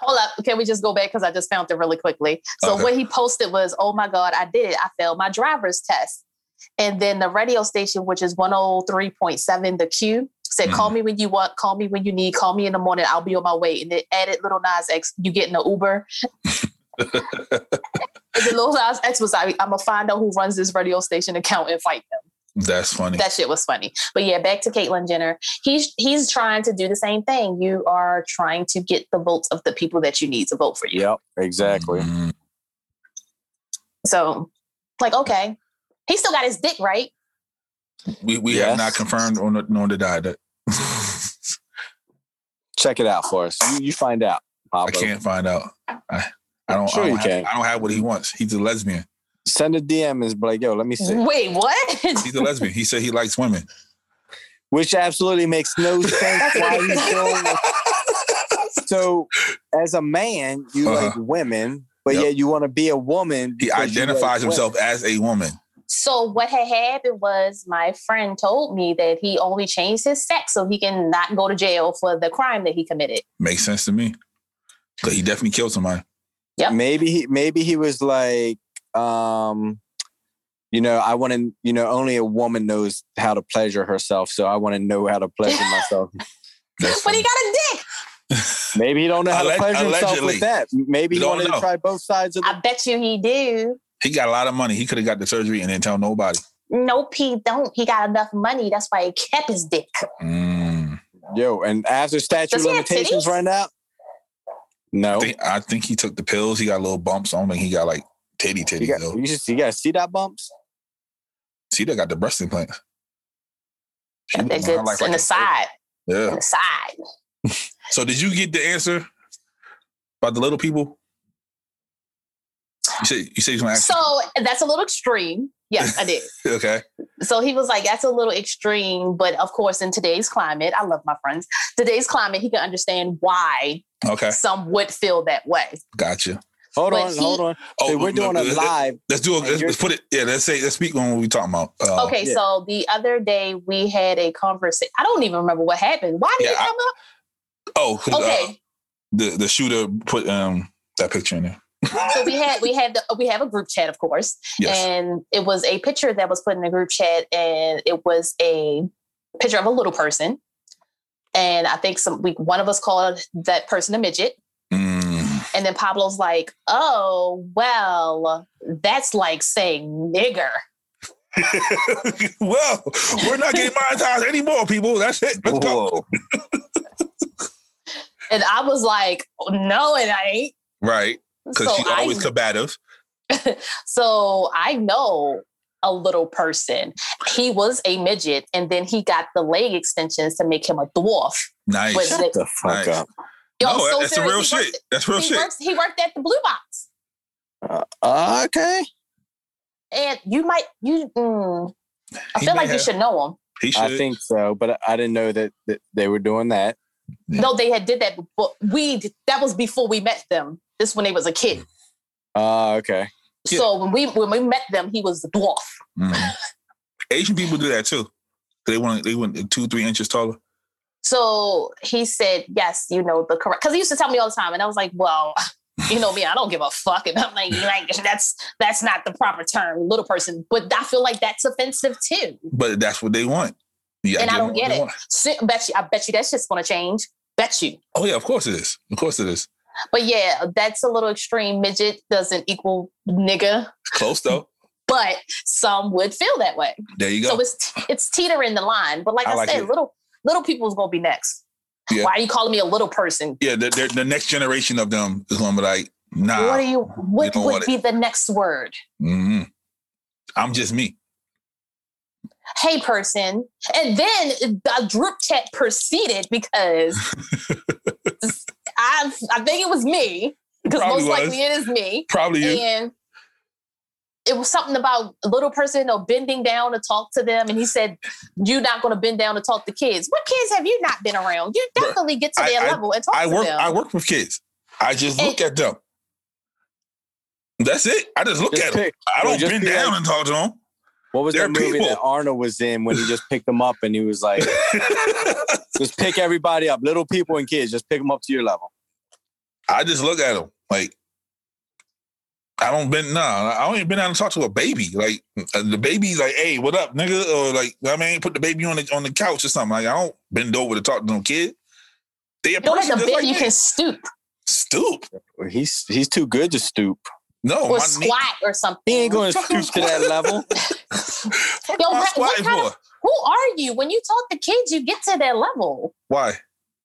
S4: Hold up, can we just go back? Because I just found it really quickly. So
S2: Okay.
S4: what he posted was, oh my God, I did it. I failed my driver's test. And then the radio station, which is 103.7 the Q, said, Call me when you want, call me when you need, call me in the morning, I'll be on my way. And it added little Nas X, you getting an Uber. and then little Nas X was like, I'm gonna find out who runs this radio station account and fight them.
S2: That's funny.
S4: That shit was funny. But yeah, back to Caitlyn Jenner. He's he's trying to do the same thing. You are trying to get the votes of the people that you need to vote for you.
S3: Yep, exactly.
S2: Mhm.
S4: So, like, okay, he still got his dick, right?
S2: We we have
S3: Yes.
S2: not confirmed on the on the diet. that- [LAUGHS]
S3: Check it out for us. You, you find out.
S2: I
S3: Pablo.
S2: can't find out. I, I don't.
S3: Sure
S2: I
S3: you
S2: don't, have,
S3: can.
S2: I don't have what he wants. He's a lesbian.
S3: Send a DM and be like, yo, let me see.
S4: Wait, what?
S2: [LAUGHS] He's a lesbian. He said he likes women.
S3: Which absolutely makes
S4: [LAUGHS]
S3: no sense why he's doing this. So as a man, you
S2: Uh-huh.
S3: like women, but
S2: Yep.
S3: yet you want to be a woman.
S2: He
S3: because you like
S2: identifies
S3: women.
S2: himself as a woman.
S4: [LAUGHS] so what had happened was my friend told me that he only changed his sex so he can not go to jail for the crime that he committed.
S2: Makes sense to me. But he definitely killed somebody.
S4: Yep.
S3: Maybe he maybe he was like, um, you know, I want to, you know, only a woman knows how to pleasure herself, so I want to know how to
S4: [LAUGHS]
S3: pleasure myself.
S2: That's
S4: But
S2: funny.
S4: he got a dick.
S3: Maybe he don't know how
S2: Alleg-
S3: to pleasure himself
S2: allegedly.
S3: with that. Maybe
S2: We
S3: he
S2: don't
S3: wanted
S2: know.
S3: to try both sides of the.
S4: I bet you he do.
S2: He got a lot of money. He could have got the surgery and then tell nobody.
S4: Nope, he don't. He got enough money. That's why he kept his dick.
S2: Mm.
S3: Yo, and after statute
S4: Does he have
S3: limitations
S4: titties?
S3: right now. No,
S2: I, think, I think he took the pills. He got little bumps. I don't think he got like titty
S3: you
S2: titty
S3: got
S2: though.
S3: you just you got see that bumps.
S2: See, they got the breast implants. She
S4: That
S2: looked
S4: good
S2: around like- like
S4: in the
S2: a-
S4: side. In
S2: Yeah.
S4: the side.
S2: So did you get the answer about the little people? You said you said you're gonna ask.
S4: So that's a little extreme. Yes,
S2: [LAUGHS]
S4: I did.
S2: okay.
S4: So he was like, that's a little extreme. But of course, in today's climate, I love my friends. Today's climate, he can understand why
S2: Okay.
S4: some would feel that way.
S2: Gotcha.
S3: Hold
S4: But
S3: on,
S4: he-
S3: hold on.
S2: Oh,
S3: Hey, we're doing a
S2: let's-
S3: live.
S2: Let's do. A, let's, let's put it. Yeah. Let's say. Let's speak on what we talking about. Uh,
S4: okay,
S3: yeah.
S4: so the other day we had a conversation. I don't even remember what happened. Why did
S2: Yeah,
S4: it
S2: I-
S4: come up?
S2: Oh. 'cause, uh,
S4: Okay,
S2: the the shooter put um that picture in there.
S4: so we had we had the, we have a group chat, of course,
S2: Yes.
S4: and it was a picture that was put in the group chat, and it was a picture of a little person, and I think some we one of us called that person a midget,
S2: Mm,
S4: And then Pablo's like, oh, well, that's like saying nigger.
S2: [LAUGHS] well, we're not getting monetized anymore, people. That's it. Let's go.
S3: Whoa.
S4: And I was like, no, it ain't.
S2: Right. Because
S4: So
S2: she's
S4: I,
S2: always combative.
S4: so I know a little person. He was a midget, and then he got the leg extensions to make him a dwarf.
S2: Nice.
S4: But they-
S3: The fuck uh,
S2: Nice.
S3: up.
S4: yo,
S2: no,
S4: so
S2: that's the
S4: serious,
S2: real
S4: he
S2: shit.
S4: worked-
S2: that's real
S4: he,
S2: shit.
S4: Works, he worked at the Blue Box.
S3: Uh, okay.
S4: And you might, you, mm, I
S2: He
S4: feel
S2: may
S4: like you
S2: have.
S4: should know him.
S2: He should.
S3: I think so, but I didn't know that, that they were doing that.
S2: Yeah.
S4: No, they had did that, but we, that was before we met them. This when they was a kid.
S3: Uh, okay.
S2: Yeah.
S4: So when we when we met them, he was a dwarf.
S2: Mhm. Asian people do that too. They want they want two three inches taller.
S4: So he said, "Yes, you know the correct." Because he used to tell me all the time, and I was like, "Well, [LAUGHS] you know me, I don't give a fuck." And I'm like, "Like that's that's not the proper term, little person." But I feel like that's offensive too.
S2: But that's what they want. Yeah,
S4: And I don't get it. So, bet you, I bet you that shit's gonna change. Bet you.
S2: Oh yeah, of course it is. Of course it is.
S4: But yeah, that's a little extreme. Midget doesn't equal nigga,
S2: It's close
S4: [LAUGHS]
S2: though.
S4: but some would feel that way.
S2: There you go.
S4: So it's it's teetering the line. But like
S2: I
S4: I,
S2: like
S4: said,
S2: it.
S4: little little people's gonna be next.
S2: Yeah.
S4: Why are you calling me a little person?
S2: yeah, the, the, the next generation of them is gonna be like, nah.
S4: what do you what
S2: Ah, don't want
S4: would
S2: it.
S4: be the next word
S2: hmm I'm just me.
S4: hey person and then the group chat proceeded
S2: [LAUGHS]
S4: because i i think it was me because
S2: Probably
S4: most
S2: was.
S4: likely it is me
S2: Probably you.
S4: and it was something about a little person or bending down to talk to them and he said you're not going to bend down to talk to kids what kids have you not been around you
S2: Bruh,
S4: definitely get to
S2: I-
S4: their
S2: I-
S4: level and talk
S2: I
S4: to
S2: work.
S4: them
S2: I work with kids. I just look at them. That's it. I just look
S3: Just
S2: at them.
S3: pick-
S2: I
S3: Yo,
S2: don't
S3: just
S2: bend
S3: be
S2: down
S3: like-
S2: and talk to them.
S3: what was
S2: They're
S3: that movie
S2: people.
S3: that Arnold was in when he just picked them up and he
S2: [LAUGHS]
S3: was like, just pick everybody up, little people and kids, just pick them up to your level.
S2: [LAUGHS] I just look at them like I don't bend. Nah, I don't even bend down and talk to a baby. Like uh, the baby's like, "Hey, what up, nigga?" Or like, I mean, put the baby on the on the couch or something. Like I don't bend over to talk to no kid. They a
S4: you don't
S2: person
S4: have to
S2: just
S4: bend
S2: like
S4: you
S2: me.
S4: can stoop
S2: stoop.
S3: He's he's too good to stoop.
S2: No,
S4: or
S2: Oh, my knee-
S4: squat or something
S3: He ain't going to
S2: Fucking [LAUGHS]
S3: stoop to that level.
S2: Fuck
S4: Yo,
S2: am I
S4: what- what
S2: squatting
S4: kind
S2: for?
S4: Who are you? When you talk to kids, you get to their level.
S2: Why?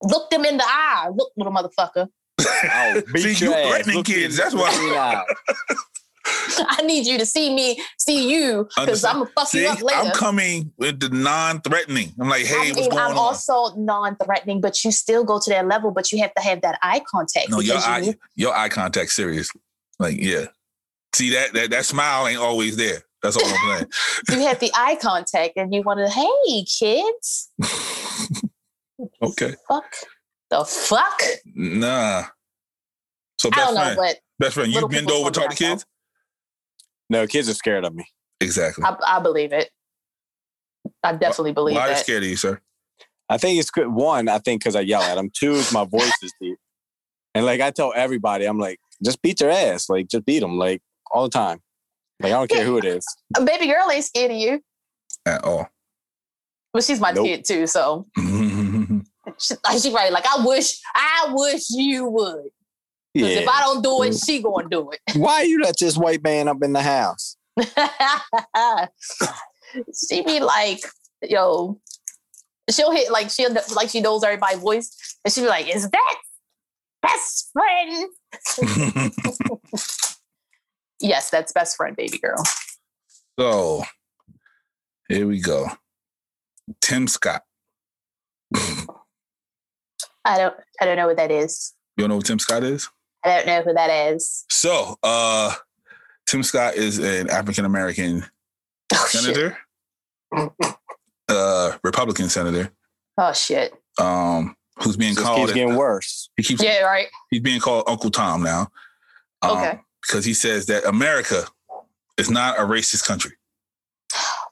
S4: Look them in the eye. Look, little motherfucker. [LAUGHS]
S3: I'll beat
S2: See,
S3: your
S2: you
S3: ass.
S2: threatening
S3: Look
S2: kids,
S3: in-
S2: that's why.
S3: look in the eye.
S4: I need you to see me, see you, because
S2: Understand.
S4: I'm gonna fuck
S2: See,
S4: you up later.
S2: I'm coming with the non-threatening. I'm like, hey,
S4: I
S2: what's
S4: mean,
S2: going
S4: I'm
S2: on?
S4: also non-threatening, but you still go to their level, but you have to have that eye
S2: [LAUGHS]
S4: contact.
S2: no, your
S4: because you-
S2: eye, your eye contact, serious. Like, yeah. See that that that smile ain't always there. That's all I'm saying.
S4: you have the eye contact and you want to, hey, kids,
S2: Okay.
S4: fuck the fuck.
S2: Nah. So
S4: I
S2: best
S4: don't know,
S2: friend,
S4: but
S2: best friend, you
S4: little
S2: bend
S4: people
S2: over,
S4: told me
S2: talk to
S4: I
S2: kids.
S3: No, kids are scared of me.
S2: Exactly.
S4: I, I believe it. I definitely believe
S2: Why are they
S4: that.
S2: scared of you, sir?
S3: I think it's good. One, I think because I yell at them. Two, is my voice is deep. And like I tell everybody, I'm like, just beat their ass. Like, just beat them like all the time. Like, I don't care who it
S4: [LAUGHS]
S3: is.
S4: A baby girl ain't scared of you,
S2: At all. [LAUGHS]
S4: but she's my
S3: Nope.
S4: kid too. So she, [LAUGHS] like, she right. Like I wish, I wish you would. Because if I don't do it, she gonna do it. [LAUGHS]
S3: Why you let this white man up in the house?
S4: she be like, yo, she'll hit like she will like she knows everybody's voice, and she be like, "Is that best friend?" Yes, that's best friend, baby girl.
S2: so here we go. Tim Scott.
S4: I don't, I don't know what that is.
S2: You don't know who Tim Scott is?
S4: I don't know who that is.
S2: So, uh, Tim Scott is an African American
S4: Oh shit!
S2: senator, uh, Republican senator,
S4: Oh shit!
S2: um, who's being
S3: It just
S2: called
S3: keeps getting worse.
S2: he keeps
S4: Yeah, right.
S2: he's being called Uncle Tom now.
S4: Okay.
S2: Because he says that America is not a racist country.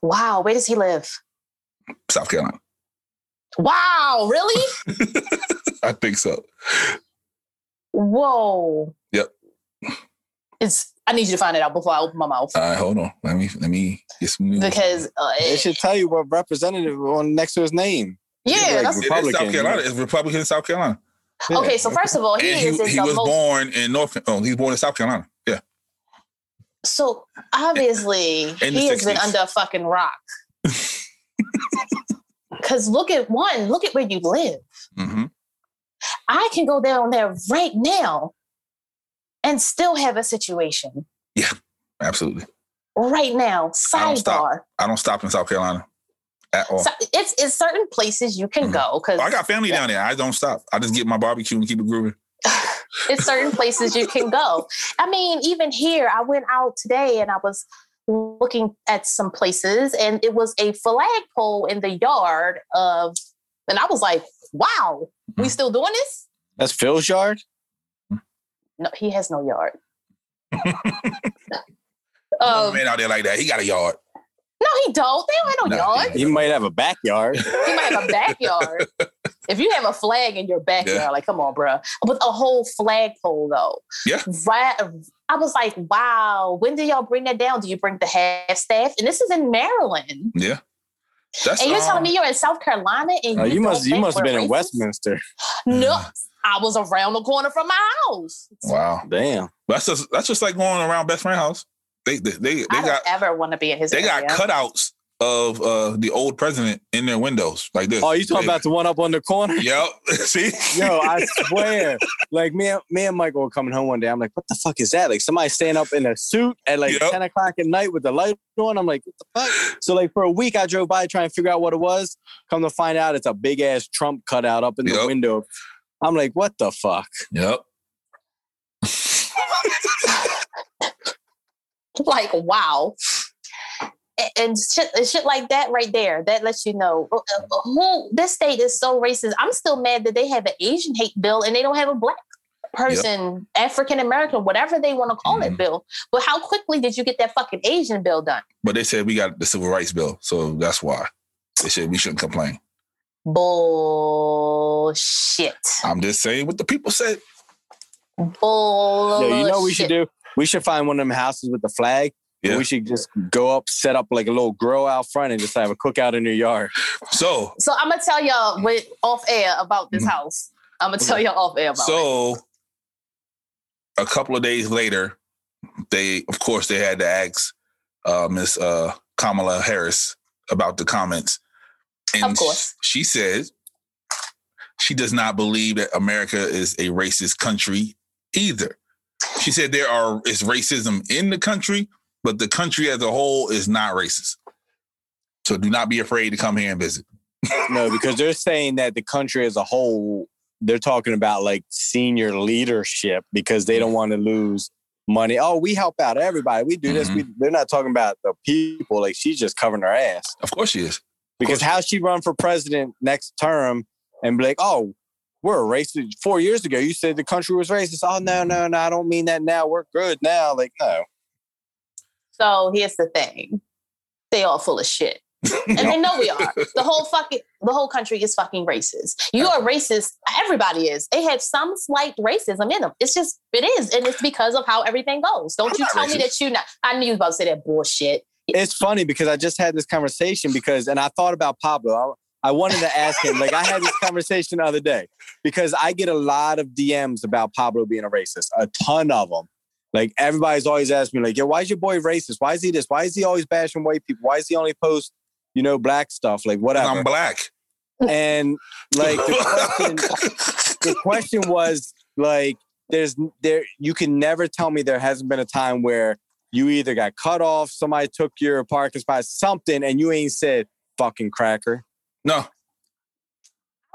S4: Wow, where does he live?
S2: South Carolina,
S4: Wow, really?
S2: I think so.
S4: Whoa.
S2: Yep.
S4: It's. I need you to find it out before I open my mouth
S2: All right, hold on. Let me let me get some news.
S4: because uh,
S3: They should tell you what representative on next to his name.
S4: yeah,
S3: like,
S4: that's
S2: It is South
S3: Republican,
S2: Carolina.
S3: right?
S2: It's Republican in South Carolina,
S3: Yeah.
S4: Okay, so first of all, he
S2: and
S4: is
S2: he,
S4: in
S2: he
S4: the
S2: was
S4: most.
S2: born in North. Oh, he's born in South Carolina. Yeah,
S4: So obviously,
S2: [LAUGHS] In the
S4: he has been
S2: 60s.
S4: under a
S2: [LAUGHS]
S4: fucking rock. Because look at one, look at where you live.
S2: hmm
S4: I can go down there right now and still have a situation
S2: absolutely.
S4: right now.
S2: don't stop.
S4: Sidebar.
S2: I don't stop in South Carolina at all.
S4: So it's, it's certain places you can
S2: Mhm.
S4: go because
S2: I got family
S4: Yeah.
S2: down there. I don't stop. I just get my barbecue and keep it grooving.
S4: it's certain places you can go. I mean, even here, I went out today and I was looking at some places, and it was a flagpole in the yard of, and I was like, "Wow, we still doing this?"
S3: That's Phil's yard.
S4: No, he has no yard.
S2: Oh
S4: um,
S2: man out there like that. He got a yard.
S4: no, he don't. They don't have no
S2: Nah, he
S4: yard.
S2: don't.
S3: He might have a [LAUGHS] backyard. Uh,
S4: He might have
S2: [LAUGHS]
S4: a backyard. if you have a flag in your backyard,
S2: Yeah.
S4: like come on, bruh. With a whole flagpole though.
S2: Yeah.
S4: Right. I was like, wow. When do y'all bring that down? Do you bring the half staff? And this is in Maryland.
S2: Yeah. That's
S4: And you're telling
S2: um,
S4: me you're in South Carolina, and
S3: Uh,
S4: you,
S3: you must
S4: don't
S3: you
S4: think
S3: must have
S4: we're
S3: been in
S4: racist?
S3: Westminster.
S4: No,
S2: [SIGHS]
S4: I was around the corner from my house.
S2: Wow.
S3: Damn.
S2: That's just that's just like going around best friend house. They they they, they
S4: I
S2: got
S4: don't ever want to be in his
S2: they got
S4: area.
S2: cutouts of uh the old president in their windows like this.
S3: Oh, you talking about the one up on the corner?
S2: Yep. [LAUGHS] See?
S3: Yo, I swear. Like me, and- me and Michael were coming home one day. I'm like, what the fuck is that? Like somebody standing up in a suit at like
S2: Yep.
S3: 10 o'clock at night with the light on. I'm like, what the fuck? So like for a week I drove by trying to figure out what it was. Come to find out it's a big ass Trump cutout up in the
S2: Yep.
S3: window. I'm like, what the fuck?
S2: Yep.
S4: [LAUGHS] like wow A- and shit, and shit like that right there that lets you know uh, uh, who this state is so racist i'm still mad that they have an asian hate bill and they don't have a black person african american whatever they want to call
S2: Mhm.
S3: Mm-hmm.
S4: it bill but how quickly did you get that fucking asian bill done
S2: But they said we got the civil rights bill, so that's why. They said we shouldn't complain.
S4: bullshit
S2: I'm just saying what the people said.
S4: bullshit
S3: Yo, you know what we should do? We should find one of them houses with the flag. and
S2: Yeah.
S3: We should just go up, set up like a little grill out front and just have a cookout in your yard.
S2: So
S4: so i'm gonna tell
S3: Mm.
S4: y'all with off air about this
S2: Mhm.
S3: Mm-hmm.
S4: house i'm gonna tell y'all off air about it.
S2: so a couple of days later, they of course they had to ask uh, Miss uh, Kamala Harris about the comments. And
S4: Of course.
S2: she said she does not believe that America is a racist country either. She said there are is racism in the country, but the country as a whole is not racist. So do not be afraid to come here and visit.
S3: No, because they're saying that the country as a whole, they're talking about like senior leadership because they don't want to lose money. Oh, we help out everybody. We do this.
S2: Mhm.
S3: We, they're not talking about the people. Like she's just covering her ass
S2: Of course she is.
S3: because how she run for president next term and be like, oh, we're a racist. Four years ago, you said the country was racist. Oh no, no, no, I don't mean that. Now we're good. Now, like no,
S4: So here's the thing. They all full
S2: [LAUGHS]
S4: of shit. And they know we are. The whole fucking the whole country is fucking racist. You are racist. Everybody is. They have some slight racism in them. It's just it is. And it's because of how everything goes. Don't
S2: I'm
S4: you
S2: not
S4: tell me
S2: racist.
S4: that you not I knew you was about to say that bullshit.
S3: it's funny because I just had this conversation because, and I thought about Pablo. I, I wanted to ask him, like, I had this conversation the other day because I get a lot of DMs about Pablo being a racist, a ton of them. Like, everybody's always asking me, like, yo, why is your boy racist? Why is he this? Why is he always bashing white people? Why is he only post, you know, black stuff? Like,
S2: I'm
S3: whatever.
S2: black.
S3: And like, the
S2: [LAUGHS]
S3: question, the question was like there's there you can never tell me there hasn't been a time where you either got cut off somebody took your parking spot something and you ain't said fucking cracker
S2: no.
S4: I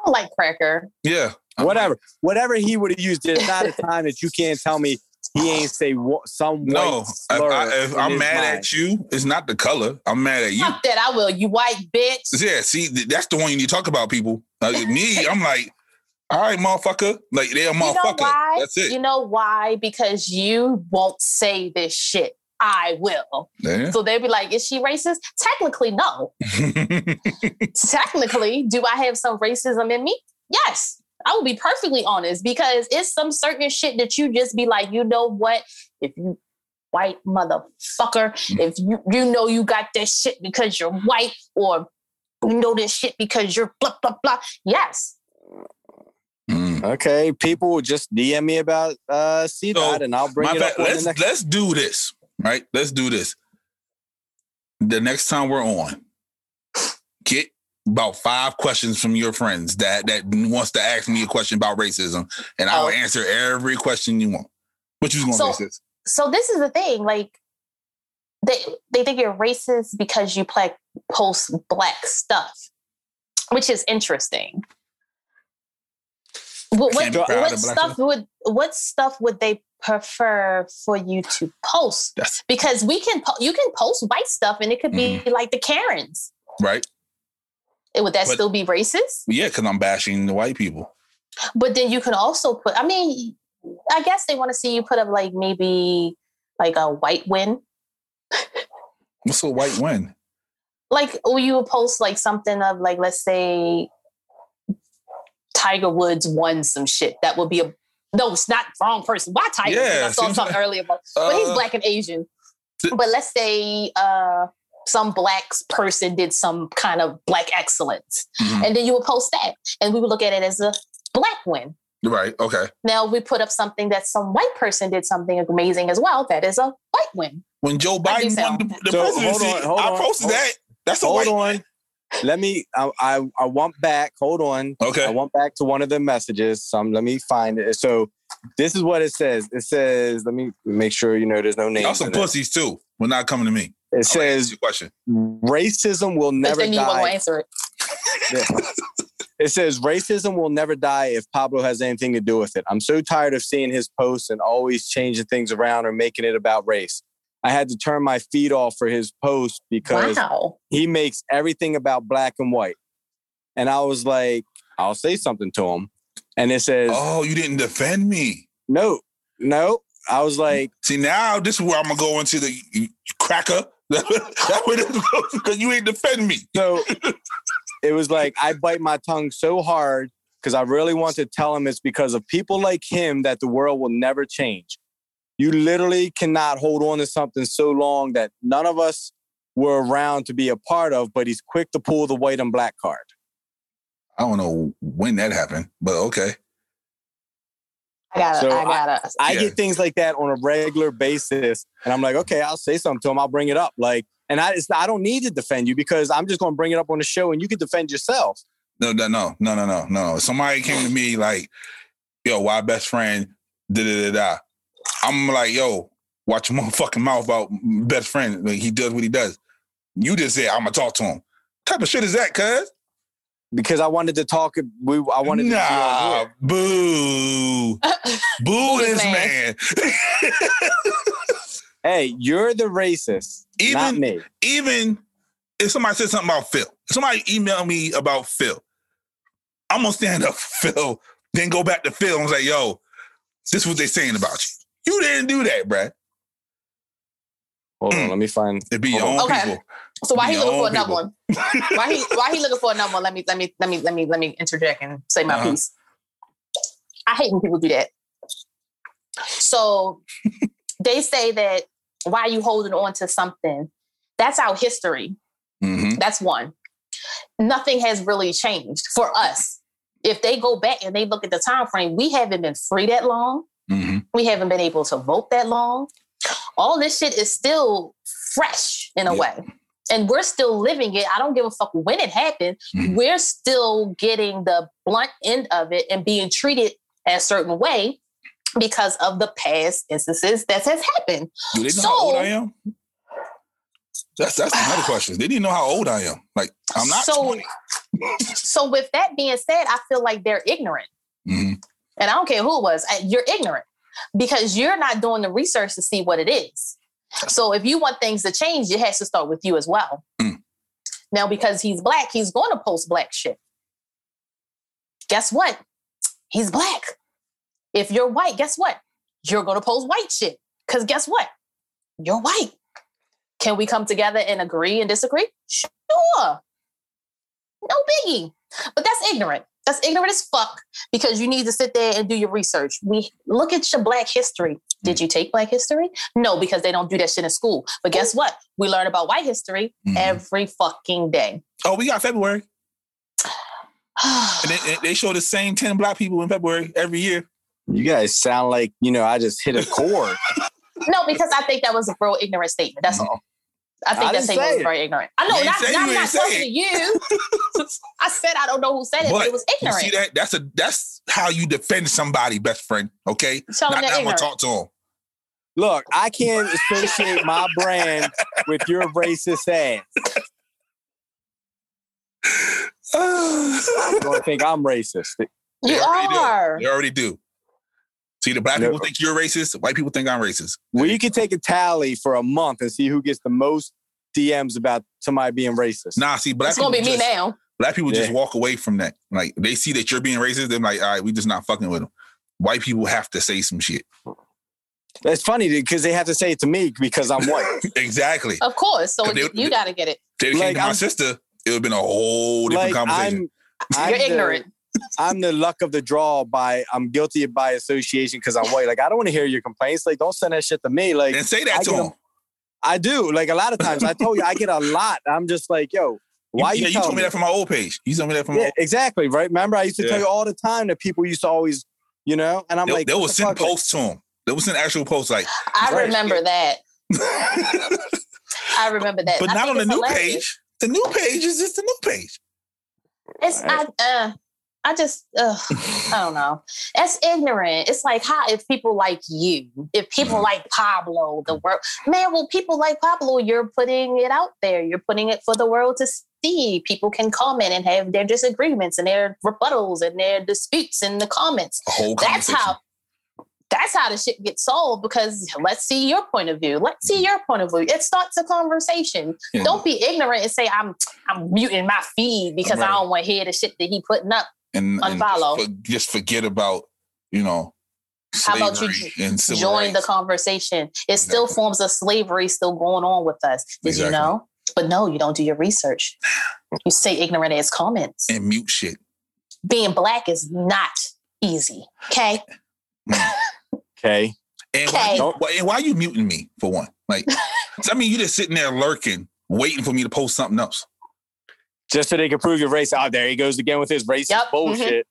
S4: don't like cracker.
S2: Yeah.
S3: whatever whatever he would have used there's
S2: [LAUGHS]
S3: not a time that you can't tell me he ain't say wha- some white
S2: No, if,
S3: slur
S2: I, if
S3: in
S2: I'm
S3: his
S2: mad
S3: mind.
S2: at you, it's not the color. I'm mad at you.
S4: Fuck that I will, you white bitch.
S2: Yeah, see, th- that's the one you need to talk about, people.
S4: [LAUGHS]
S2: Like me, I'm like, all right, motherfucker. Like they're a
S4: You know
S2: motherfucker.
S4: why?
S2: that's it.
S4: You know why? Because you won't say this shit. I will.
S2: Yeah. [LAUGHS]
S4: So they'd be like, is she racist? Technically, no. technically, do I have some racism in me? Yes. I will be perfectly honest because it's some certain shit that you just be like, you know what? If you white motherfucker, if you you know you got this shit because you're white or you know this shit because you're blah blah blah. Yes.
S2: Mm.
S3: okay people will just dm me about uh c dot
S2: So,
S3: and i'll bring
S2: My
S3: it
S2: bad.
S3: up on the
S2: Let's
S3: next
S2: let's do this. Right? Let's do this. The next time we're on, get about five questions from your friends that that wants to ask me a question about racism, and I will
S4: Oh.
S2: answer every question you want. What you gonna
S4: So-
S2: say? sis?
S4: So this is the thing, like they they think you're racist because you play, post black stuff, which is interesting. What,
S2: Can't
S4: what,
S2: be proud
S4: what
S2: of black
S4: stuff would what stuff would they prefer for you to post?
S2: That's- Mm-hmm.
S4: Because we can po- you can post white stuff and it could be like the Karens.
S2: Right?
S4: Eh, Would that
S2: But-
S4: still be racist?
S2: Yeah, because I'm bashing the white people.
S4: But then you can also put. I mean, I guess they want to see you put up like maybe like a white win.
S2: What's a white win?
S4: like oh you would post like something of like let's say tiger woods won some shit that would be a no it's not wrong person why tiger Woods?
S2: Yeah,
S4: i saw
S2: seems
S4: something
S2: like-
S4: earlier about but he's
S2: Uh,
S4: black and asian
S2: th-
S4: but let's say uh some black person did some kind of black excellence
S3: Mm-hmm.
S2: mhm.
S4: and then you would post that and we would look at it as a black win
S2: Right. Okay.
S4: now if we put up something that some white person did something amazing as well that is a white win
S2: When Joe
S4: I do
S2: Biden won
S4: sound
S2: the,
S4: bad.
S2: the
S3: So, hold
S2: presidency,
S3: on, hold
S2: I
S3: on,
S2: posted
S3: hold-
S2: that. That's a
S3: hold
S2: white.
S3: on let me I, I i want back hold on
S2: [LAUGHS]
S3: I
S2: Okay.
S3: went back to one of the messages. Some let me find it. So this is what it says. It says, let me make sure you know there's no
S2: Y'all
S3: names.
S2: some
S3: in it.
S2: pussies too. We're not coming to me.
S3: It
S2: I wanna ask
S3: says
S2: you a question.
S3: racism will
S4: but
S3: never
S4: then you won't
S3: die.
S4: answer it
S3: It says racism will never die if Pablo has anything to do with it. I'm so tired of seeing his posts and always changing things around or making it about race. I had to turn my feed off for his post because
S4: wow
S3: he makes everything about black and white. And I was like, I'll say something to him. And it says,
S2: Oh, you didn't defend me.
S3: no, no. I was like,
S2: See now, this is where I'm gonna go into the you- cracker. [LAUGHS] that way this goes because you ain't defend me.
S3: So it was like I bite my tongue so hard because I really want to tell him it's because of people like him that the world will never change. You literally cannot hold on to something so long that none of us were around to be a part of, but he's quick to pull the white and black card.
S2: I don't know when that happened, but okay.
S4: i gotta
S3: So
S4: i
S3: I-
S4: gotta
S3: I
S2: Yeah.
S3: get things like that on a regular basis, and I'm like, okay, I'll say something to him, I'll bring it up. Like, And I, it's, I don't need to defend you because I'm just going to bring it up on the show and you can defend yourself.
S2: No, no, no, no, no, no, no. If somebody came to me like, yo, why best friend, da da da da. I'm like, yo, watch your [LAUGHS] motherfucking mouth about best friend. Like, he does what he does. You just said, I'm going to talk to him. type of shit is that, cuz?
S3: Because I wanted to talk. We I wanted to. see you on
S2: nah,
S3: here.
S2: boo. boo
S4: this
S2: this man.
S4: man.
S3: Hey, you're the racist, not
S2: Even-
S3: me.
S2: Even if somebody said something about Phil, if somebody emailed me about Phil, I'm going to stand up [LAUGHS] for Phil, then go back to Phil and say, yo, this is what they saying about you. You didn't do that, bruh.
S3: Hold
S2: Mm.
S3: on, let me find.
S2: It'd be your
S3: Hold
S2: own
S4: on. Okay. [LAUGHS]
S2: people.
S4: So why he
S2: Your
S4: looking for
S2: own
S4: another
S2: people.
S4: one? Why he why he looking for another one? Let me let me let me let me let me interject and say my
S2: Uh-huh.
S4: piece. I hate when people do that. So they say that why you holding on to something? That's our history.
S2: hmm
S4: That's one. Nothing has really changed for us. If they go back and they look at the time frame, we haven't been free that long.
S2: hmm
S4: We haven't been able to vote that long. All this shit is still fresh in a
S2: Yeah.
S4: way. And we're still living it. I don't give a fuck when it happened.
S2: Mhm.
S4: We're still getting the blunt end of it and being treated a certain way because of the past instances that has happened.
S2: Do they know how
S4: So-
S2: old I am? That's that's another question. They didn't know how old I am. Like I'm not
S4: So-
S2: 20.
S4: So, with that being said, I feel like they're ignorant.
S2: Mhm.
S4: and I don't care who it was, I- you're ignorant because you're not doing the research to see what it is. So if you want things to change, it has to start with you as well.
S2: Mm.
S4: Now, because he's black, he's going to post black shit. Guess what? He's black. If you're white, guess what? You're going to post white shit. Because guess what? You're white. Can we come together and agree and disagree? Sure. No biggie. But that's ignorant. That's ignorant as fuck because you need to sit there and do your research. We look at your black history.
S2: Mm.
S4: Did you take black history? No, because they don't do that shit in school. But guess what? We learn about white history
S2: Mhm.
S4: every fucking day.
S2: Oh, we got February. And
S4: [SIGHS]
S2: they, they show the same 10 black people in February every year.
S3: You guys sound like you know. I just hit a chord.
S2: [LAUGHS]
S4: no, because I think that was a real ignorant statement. That's all.
S2: Mm-hmm.
S4: I
S3: I
S4: think that
S3: didn't
S4: statement
S3: say
S4: was
S3: it.
S4: very ignorant. I
S2: You
S4: know,
S2: ain't
S4: not,
S2: say-
S4: not,
S2: you
S4: not
S2: ain't say
S4: talking
S2: it.
S4: to you. [LAUGHS] I said I don't know who said it, but,
S2: But
S4: it was
S2: You
S4: ignorant.
S2: see that? That's a that's how you defend somebody, best friend. Okay.
S4: Tell them
S2: Not
S4: they're
S2: that I'm gonna
S4: ignorant.
S2: talk to him.
S3: Look, I can't associate my brand with your racist ass. You're [LAUGHS] gonna think I'm racist.
S4: You
S2: They already do.
S4: are.
S2: They already do. See, the black
S3: No.
S2: people think you're racist, white people think I'm racist.
S3: We could take a tally for a month and see who gets the most DMs about somebody being racist.
S2: Nah, see, black
S4: It's going to be
S2: people
S4: me
S2: just-
S4: now.
S2: Black people just
S3: Yeah.
S2: walk away from that. Like they see that you're being racist, they're like, all right, we just not fucking with them. White people have to say some shit. [LAUGHS]
S3: That's funny because they have to say it to me because I'm white.
S2: exactly.
S4: Of course. So
S2: Cause they-
S4: you, you got to get it.
S2: If they came
S3: Like,
S2: to my
S3: I'm-
S2: sister, it would have been a whole different
S3: like
S2: conversation.
S3: I'm, I'm
S4: You're
S3: the-
S4: ignorant.
S3: I'm the luck of the draw by I'm guilty by association because I'm white. Like I don't want to hear your complaints. Like don't send that shit to me. Like
S2: and say
S3: I
S2: that to
S3: get
S2: him.
S3: I do. Like a lot of times I told you I get a lot. I'm just like, yo, why
S2: you,
S3: you,
S2: yeah, you
S3: telling
S2: told me that from my old page. You told me that from
S3: Yeah,
S2: my
S3: exactly. Right. Remember, I used to
S2: Yeah.
S3: tell you all the time that people used to always, you know, and I'm
S2: old they,
S3: like,
S2: they
S3: what
S2: will
S3: the
S2: send
S3: fuck?
S2: posts to him. They will send actual posts like [LAUGHS]
S4: I
S3: Right.
S4: remember that.
S2: But
S4: I remember that. I
S2: not
S4: think
S2: on the
S4: it's
S2: new
S4: hilarious.
S2: page. The new page is just the new page.
S4: It's
S3: Right.
S4: I uh I just ugh, I don't know. That's ignorant. It's like how if people like you, if people
S2: Mhm.
S4: like Pablo,
S2: Mm-hmm.
S4: the world man, well, people like Pablo, you're putting it out there. You're putting it for the world to see. People can comment and have their disagreements and their rebuttals and their disputes in the comments.
S2: A whole
S4: That's
S2: conversation.
S4: how that's how the shit gets solved because let's see your point of view. Let's see your point of view. It starts a conversation.
S2: Yeah.
S4: Don't be ignorant and say I'm I'm muting my feed because
S2: Right.
S4: I don't want to hear the shit that he putting up.
S2: and, and
S4: unfollow.
S2: for- just forget about, you know,
S4: How about you
S2: slavery and civil
S4: Join
S2: rights.
S4: the conversation. It still
S2: Exactly.
S4: forms of slavery still going on with us. Did
S2: Exactly.
S4: you know? But no, you don't do your research. You say ignorant ass comments.
S2: and mute shit.
S4: Being black is not easy. Okay.
S3: Okay.
S2: And why,
S4: Okay.
S2: you, why- and why you muting me for one?
S4: [LAUGHS]
S2: Like, I mean, you just sitting there lurking, waiting for me to post something else.
S3: Just so they can prove your race. Oh, there he goes again with his racist
S4: Yep, mhm.
S3: bullshit.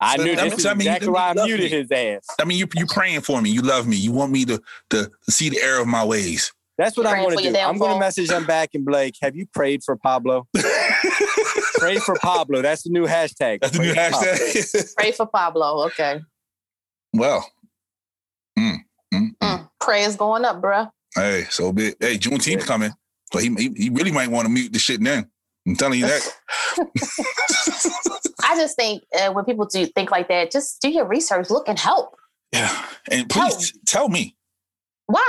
S3: I
S2: So
S3: knew
S2: that
S3: this
S2: means-
S3: is
S2: that means you
S3: exactly why I
S2: love
S3: muted
S2: me.
S3: his ass.
S2: I mean, you you praying for me. You love me. You want me to to see the error of my ways. [LAUGHS]
S3: That's what I'm
S4: Praying
S3: going
S4: for
S3: to
S4: your
S3: do. I'm going to
S4: downfall.
S3: message them back and be like, "Have you prayed
S2: [LAUGHS]
S3: for Pablo? Pray for Pablo. That's the new hashtag.
S2: That's the
S3: Pray
S2: new
S3: for Pablo.
S2: hashtag. [LAUGHS]
S4: Pray for Pablo. Okay.
S2: well, mm, mm, mm.
S4: Mm. Prayers going up, bruh.
S2: hey, so be it. Hey, Juneteenth coming, so he, he he really might want to mute the shit then. I'm telling you that.
S4: I just think uh, when people do think like that, just do your research, look and help.
S2: yeah, and please tell me
S4: Why?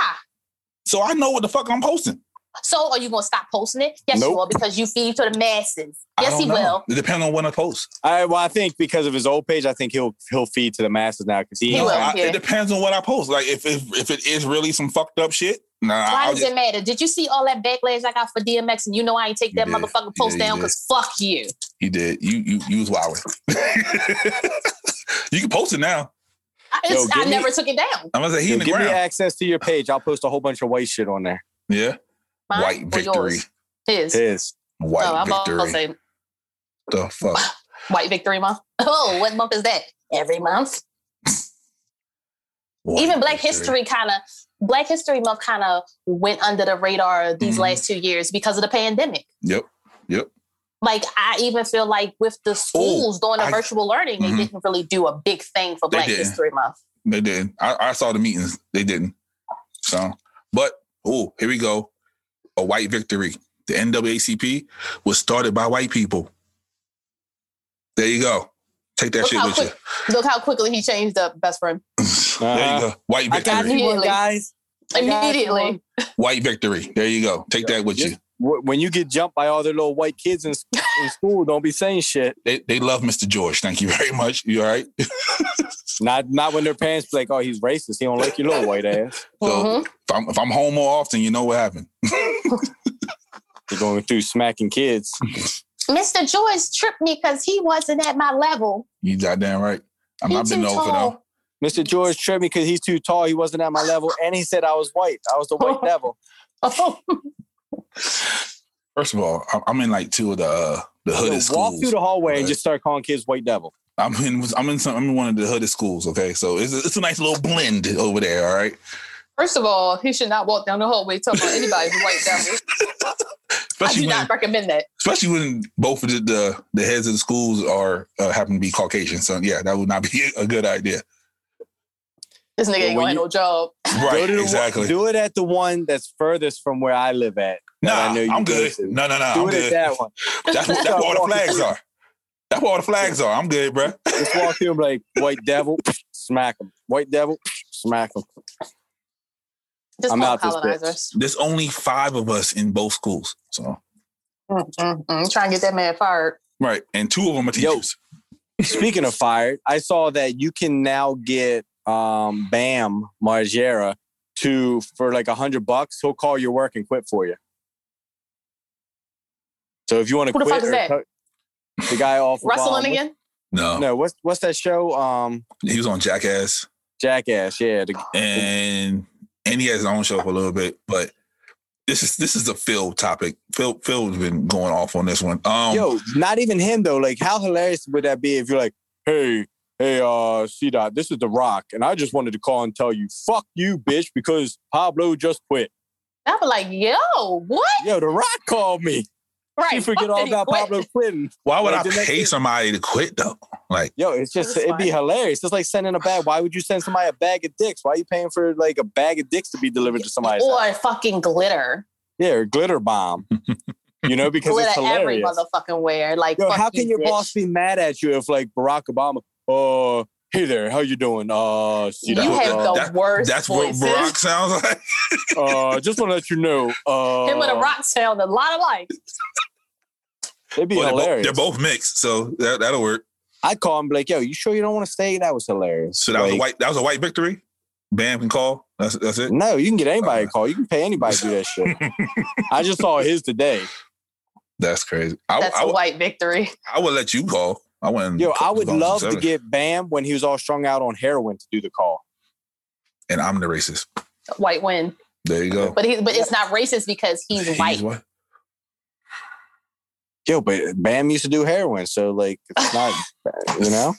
S2: so I know what the fuck I'm posting.
S4: So are you going to stop posting it? Yes,
S3: Nope.
S4: you will because you feed to the masses.
S2: I
S4: Yes,
S2: don't
S4: he
S2: know.
S4: will.
S2: It depends on when I post.
S3: All right. Well, I think because of his old page, I think he'll he'll feed to the masses now because he,
S4: He
S2: No,
S4: will.
S2: I-
S4: yeah.
S2: It depends on what I post. Like if if, if it is really some fucked up shit, nah.
S4: Why
S2: I'll
S4: does
S2: just-
S4: it matter? Did you see all that backlash I got for DMX? And you know I ain't take
S2: You
S4: that
S2: did.
S4: motherfucking
S2: Yeah,
S4: post
S2: you did.
S4: down because fuck you.
S2: He did. You you you was wild. [LAUGHS] you can post it now.
S4: I,
S3: Yo,
S4: it's- I
S3: give me-
S4: never took it down.
S2: I'm gonna say he
S3: Yo,
S2: in the
S3: give me
S2: ground.
S3: access to your page. I'll post a whole bunch of white shit on there.
S2: Yeah.
S4: Mine
S2: White
S4: or
S2: victory.
S4: yours? His.
S3: His.
S2: White
S4: oh, I'm all
S2: victory.
S4: saying
S2: The fuck.
S4: White Victory Month. [LAUGHS] Oh, what month is that? Every month.
S2: White
S4: Even Black
S2: victory.
S4: History kind of Black History Month kind of went under the radar these
S2: Mhm.
S4: last two years because of the pandemic.
S2: Yep.
S4: Like I even feel like with the schools doing the
S2: Oh, I-
S4: virtual learning,
S2: Mhm.
S4: they didn't really do a big thing for
S2: They
S4: Black
S2: didn't.
S4: History Month.
S2: They didn't. I, I saw the meetings. They didn't. So, but oh, here we go. A white victory. The NAACP was started by white people. There you go. Take that
S4: Look
S2: shit
S4: how
S2: with
S4: quick- Look how quickly he changed up, best friend.
S2: you. there you go. White
S5: I got
S2: victory.
S5: you one,
S4: Immediately.
S5: guys. I got you
S4: Immediately.
S5: one.
S2: White victory. There you go. Take that with you.
S3: Wh- When you get jumped by all the little white kids in, in school, don't be saying shit.
S2: They, they love Mr. George. Thank you [LAUGHS] very much. You all right?
S3: Not not when their parents be like, oh, he's racist. He don't like your little white ass.
S2: So
S4: Mhm.
S2: if I'm if I'm home more often, you know what happened.
S3: You're going through smacking kids.
S4: Mr. George tripped me because he wasn't at my level.
S2: You goddamn right. I'm
S4: He
S2: not been
S4: too
S2: over though.
S4: tall.
S3: Mr. George tripped me because he's too tall. He wasn't at my level, and he said I was white. I was the [LAUGHS] white devil.
S4: Oh,
S2: First of all, I'm- I'm in like two of the uh, the
S3: So
S2: hooded
S3: walk
S2: schools.
S3: through the hallway and
S2: Right.
S3: just start calling kids white devil.
S2: I'm in I'm in some I'm in one of the hooded schools. Okay, so it's a, it's a nice little blend over there. All right,
S4: First of all, he should not walk down the hallway talking about anybody's
S3: [LAUGHS]
S4: a white devil. I
S2: especially
S4: do
S2: when
S4: not recommend that.
S2: especially when both of the the, the heads of the schools are uh, happen to be Caucasian. So yeah, that would not be [LAUGHS] a good idea.
S4: This nigga ain't
S3: Well,
S4: gonna have
S3: you-
S4: no job.
S2: Right,
S3: to the one-
S2: exactly.
S3: do it at the one that's furthest from where I live at. that
S2: nah,
S3: I know you
S2: I'm
S3: go
S2: good.
S3: to.
S2: No, no, no,
S3: do
S2: Oh, I'm
S3: it at
S2: good.
S3: that one.
S2: That's, that's where all the flags are. That's where all the flags are. I'm good, bro.
S3: Just walk through and
S2: [LAUGHS]
S3: be like, white devil, smack him. White devil, smack him.
S4: Just
S3: I'm
S4: call
S3: out this bitch.
S4: colonizers.
S2: There's only five of us in both schools. So
S4: Mm-mm-mm. Try and get that man fired.
S2: right, and two of them are
S3: Yo.
S2: teachers.
S3: Speaking of fired, I saw that you can now get um, Bam Margera to for like a hundred bucks. He'll call your work and quit for you. So if you want to
S4: Who the
S3: quit,
S4: fuck is
S3: or
S4: that?
S3: co- the guy off of,
S4: Wrestling
S3: um,
S4: again?
S2: No,
S3: No, what's what's that show? Um,
S2: he was on Jackass,
S3: Jackass. Yeah, the,
S2: and and he has his own show for a little bit. But this is this is a Phil topic. Phil Phil's been going off on this one. Um,
S3: yo, not even him though. Like, how hilarious would that be if you're like, hey, hey, uh, C dot, this is the Rock, and I just wanted to call and tell you, fuck you, bitch, because Pablo just quit.
S4: I was like, yo, what?
S3: Yo, the Rock called me.
S4: [LAUGHS] Right.
S3: You forget
S4: fuck
S3: all
S4: did he
S3: about
S4: quit?
S3: Pablo Clinton.
S2: why would
S3: Like,
S2: I
S3: the next
S2: pay
S3: thing-
S2: somebody to quit though? Like
S3: Yo, it's just
S4: That's
S3: it'd be hilarious. It's like sending a bag. Why would you send somebody a bag of dicks? Why are you paying for like a bag of dicks to be delivered to somebody's house?
S4: Or fucking glitter.
S3: Yeah, or glitter bomb. you know, because
S4: Glitter
S3: it's
S4: every
S3: hilarious.
S4: motherfucking where. Like,
S3: Yo,
S4: fuck
S3: how can
S4: you,
S3: your
S4: bitch.
S3: boss be mad at you if like Barack Obama? Oh, hey there, how you doing? Uh, see
S4: You
S3: that,
S2: That's
S4: have
S3: uh,
S4: the
S2: that-
S4: worst
S2: that's what
S4: voices.
S2: Barack sounds [LAUGHS] like.
S3: uh, just want to let you know. Uh,
S4: Him with a rock sound, a lot alike.
S3: It'd be
S2: Well, they're, both,
S3: hilarious.
S2: they're both mixed, so that that'll work.
S3: I'd call him like, yo, you sure you don't want to stay? That was hilarious.
S2: So that was a
S3: Like,
S2: white that was a white victory. Bam can call. That's that's it. Uh,
S3: No, you can get anybody a call. You can pay anybody to do that shit. I just saw his today.
S2: [LAUGHS] That's crazy. I,
S4: That's
S2: I,
S4: a white victory.
S2: I would let you call. I wouldn't.
S3: Yo, I would
S2: go on
S3: love to
S2: seven.
S3: get Bam when he was all strung out on heroin to do the call.
S2: And I'm the racist.
S4: White win.
S2: There you go.
S4: But he, but it's not racist because he's white.
S2: white.
S3: Yo, but Bam used to do heroin, so like, it's not, you know.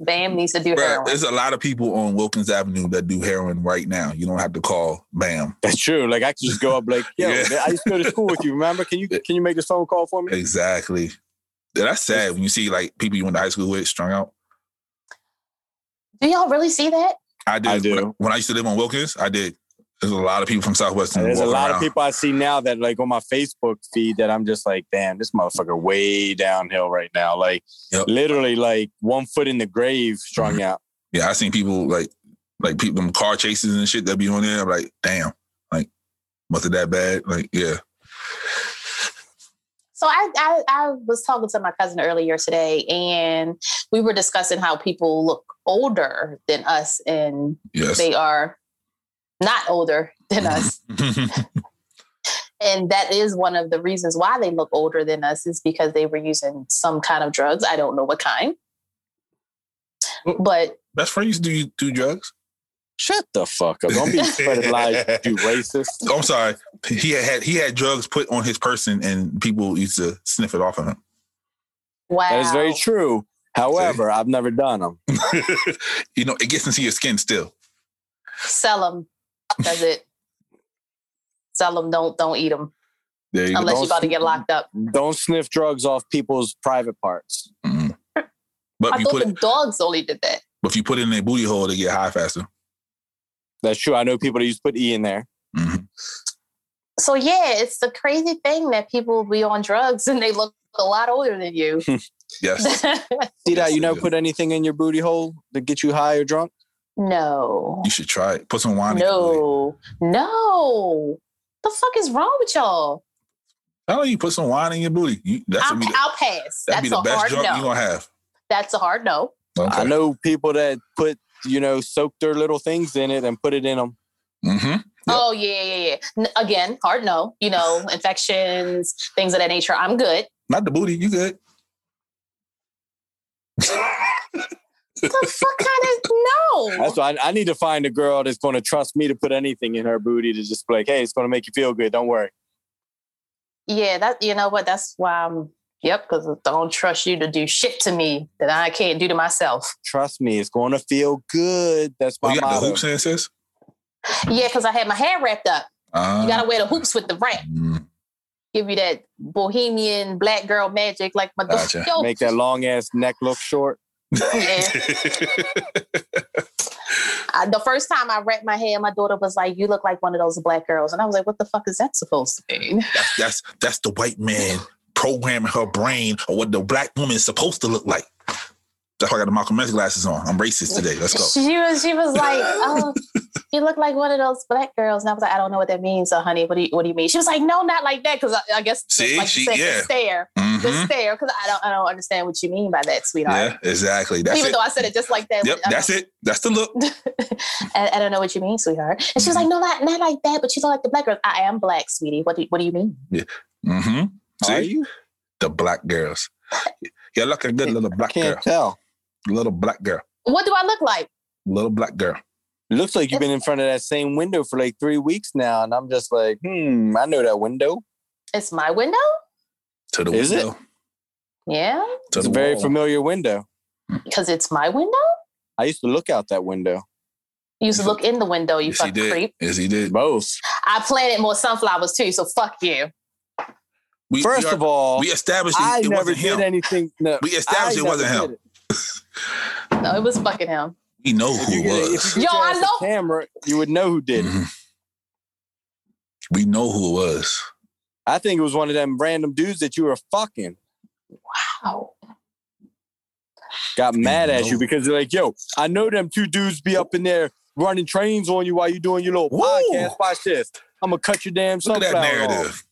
S4: Bam needs to do
S2: Bruh,
S4: heroin.
S2: there's a lot of people on Wilkins Avenue that do heroin right now. You don't have to call Bam.
S3: That's true. Like I could just go up, like, yo,
S2: Yeah.
S3: man, I used to go to school with you. Remember? Can you can you make this phone call for me?
S2: Exactly. Yeah, That's sad when you see like people you went to high school with strung out.
S4: Do y'all really see that?
S2: I did
S3: I
S2: when
S3: do.
S2: When, I, used to live on Wilkins, I did. There's a lot of people from Southwestern.
S3: And there's a
S2: walking
S3: lot of
S2: around.
S3: people I see now that like on my Facebook feed that I'm just like, damn, this motherfucker way downhill right now. Like
S2: Yep.
S3: literally like one foot in the grave
S2: [LAUGHS]
S3: strung out.
S2: Yeah, I seen people like like people them car chases and shit that be on there. I'm like, damn, like was it that bad? Like, yeah,
S4: So I, I I was talking to my cousin earlier today, and we were discussing how people look older than us, and
S2: yes.
S4: they are not older than
S3: Mm-hmm.
S4: us. And that is one of the reasons why they look older than us is because they were using some kind of drugs. I don't know what kind. But
S2: [LAUGHS] Best friend used to do do drugs.
S3: Shut the fuck up. Don't be spreading lies, you racist.
S2: Oh, I'm sorry. He had he had drugs put on his person, and people used to sniff it off of him.
S4: wow.
S3: That is very true. However, I've never done them.
S2: you know, it gets into your skin still.
S4: Sell them. Does it? Sell them. Don't don't eat them
S2: There you
S4: unless
S2: go.
S4: you're about to get locked up.
S3: Don't sniff drugs off people's private parts.
S2: Mhm. But if
S4: I
S2: you
S4: thought
S2: put
S4: the
S2: it,
S4: dogs only did that.
S2: but if you put it in their booty hole, they get high faster.
S3: That's true. I know people that used to put E in there.
S2: Mhm.
S4: So yeah, it's the crazy thing that people be on drugs and they look a lot older
S2: [LAUGHS]
S4: than you. [LAUGHS]
S2: Yes.
S3: See that
S2: Yes,
S3: you
S2: it
S3: never
S2: is.
S3: put anything in your booty hole to get you high or drunk?
S4: no.
S2: you should try it. Put some wine. in your booty.
S4: No. No. The fuck is wrong with y'all?
S2: Tell you put some wine in your booty. You, that's
S4: I'll,
S2: what be the,
S4: I'll pass.
S2: that'd
S4: That's
S2: be
S4: a
S2: the best
S4: hard
S2: drug
S4: no.
S2: you're gonna have.
S4: That's a hard no.
S3: I know people that put, you know, soak their little things in it and put it in them.
S2: hmm Yep.
S4: Oh yeah, yeah, yeah. N- again, hard no. You
S2: [LAUGHS]
S4: know, infections, things of that nature. I'm good.
S2: Not the booty. You good?
S4: The fuck kind of no?
S3: That's why I, I need to find a girl that's going to trust me to put anything in her booty to just be like, hey, it's going to make you feel good. Don't worry.
S4: yeah, that you know what? That's why I'm. Yep, because I don't trust you to do shit to me that I can't do to myself.
S3: Trust me, it's going to feel good. That's
S2: Oh, [LAUGHS]
S3: my
S2: you got the
S3: motto.
S2: hoops in, sis.
S4: Yeah, because I had my hair wrapped up.
S2: Uh,
S4: You gotta wear the hoops with the wrap. [LAUGHS]
S2: mm,
S4: Give you that bohemian black girl magic, like my
S2: Gotcha.
S4: yo,
S3: Make that long ass neck look short.
S4: yeah.
S2: [LAUGHS]
S4: I, the first time I wrapped my hair, my daughter was like, "You look like one of those black girls," and I was like, "What the fuck is that supposed
S2: [LAUGHS]
S4: to mean?"
S2: that's that's that's the white man programming her brain or what the black woman is supposed to look like. That's why I got the Malcolm X glasses on. I'm racist today. Let's
S4: [LAUGHS]
S2: go.
S4: She was she
S2: [LAUGHS]
S4: was like, "Oh, you look like one of those black girls," and I was like, "I don't know what that means, so honey, what do you what do you mean?" She was like, "No, not like that," because I, I guess
S2: See,
S4: like
S2: she-
S4: you said,
S2: yeah.
S4: the stare, the
S2: hmm
S4: stare, because I don't I don't understand what you mean by that, sweetheart.
S2: Yeah, exactly. That's
S4: Even
S2: it.
S4: though I said it just like that,
S2: Yep,
S4: I
S2: that's it. That's the look.
S4: [LAUGHS] I, I don't know what you mean, sweetheart. And she was like, "No, not not like that," but you look like the black girl. I am black, sweetie. What do what do you mean?
S2: hmm
S3: Are
S2: See
S3: you?
S2: the black girls. You're looking good, little black
S3: Can't
S2: girl.
S3: tell.
S2: Little black girl.
S4: What do I look like?
S2: Little black girl.
S3: Looks like you've been in front of that same window for like three weeks now. And I'm just like, hmm, I know that window.
S4: It's my window.
S2: To the
S3: Is it?
S2: window.
S4: Yeah,
S2: To
S3: It's a
S2: the
S3: very
S2: wall.
S3: familiar window.
S4: because it's my window.
S3: I used to look out that window.
S4: You used to look in the window. You
S2: Yes, he
S4: fucking
S2: did.
S4: creep.
S2: Yes, he did.
S3: Both.
S4: I planted more sunflowers too, so fuck you.
S2: We,
S3: First
S2: we are-
S3: of all,
S2: we established
S3: I
S2: it
S3: never
S2: wasn't
S3: did
S2: him.
S3: anything. No,
S2: We
S3: I
S2: established it
S3: never
S2: wasn't
S3: did
S2: him.
S3: it.
S4: No, it was fucking him.
S2: We know
S3: If
S2: who
S3: you
S2: it
S3: could- if
S2: was.
S3: you could
S4: Yo,
S3: get
S4: I
S3: the
S4: know-
S3: camera. You would know who did it.
S2: Mhm. We know who it was.
S3: I think it was one of them random dudes that you were fucking.
S4: Wow.
S3: Got mad at
S2: know.
S3: you because they're like, "Yo, I know them two dudes be up in there running trains on you while you doing your little
S2: Woo.
S3: podcast. Watch this. I'm gonna cut your damn
S2: Look at that
S3: sunflower off
S2: narrative.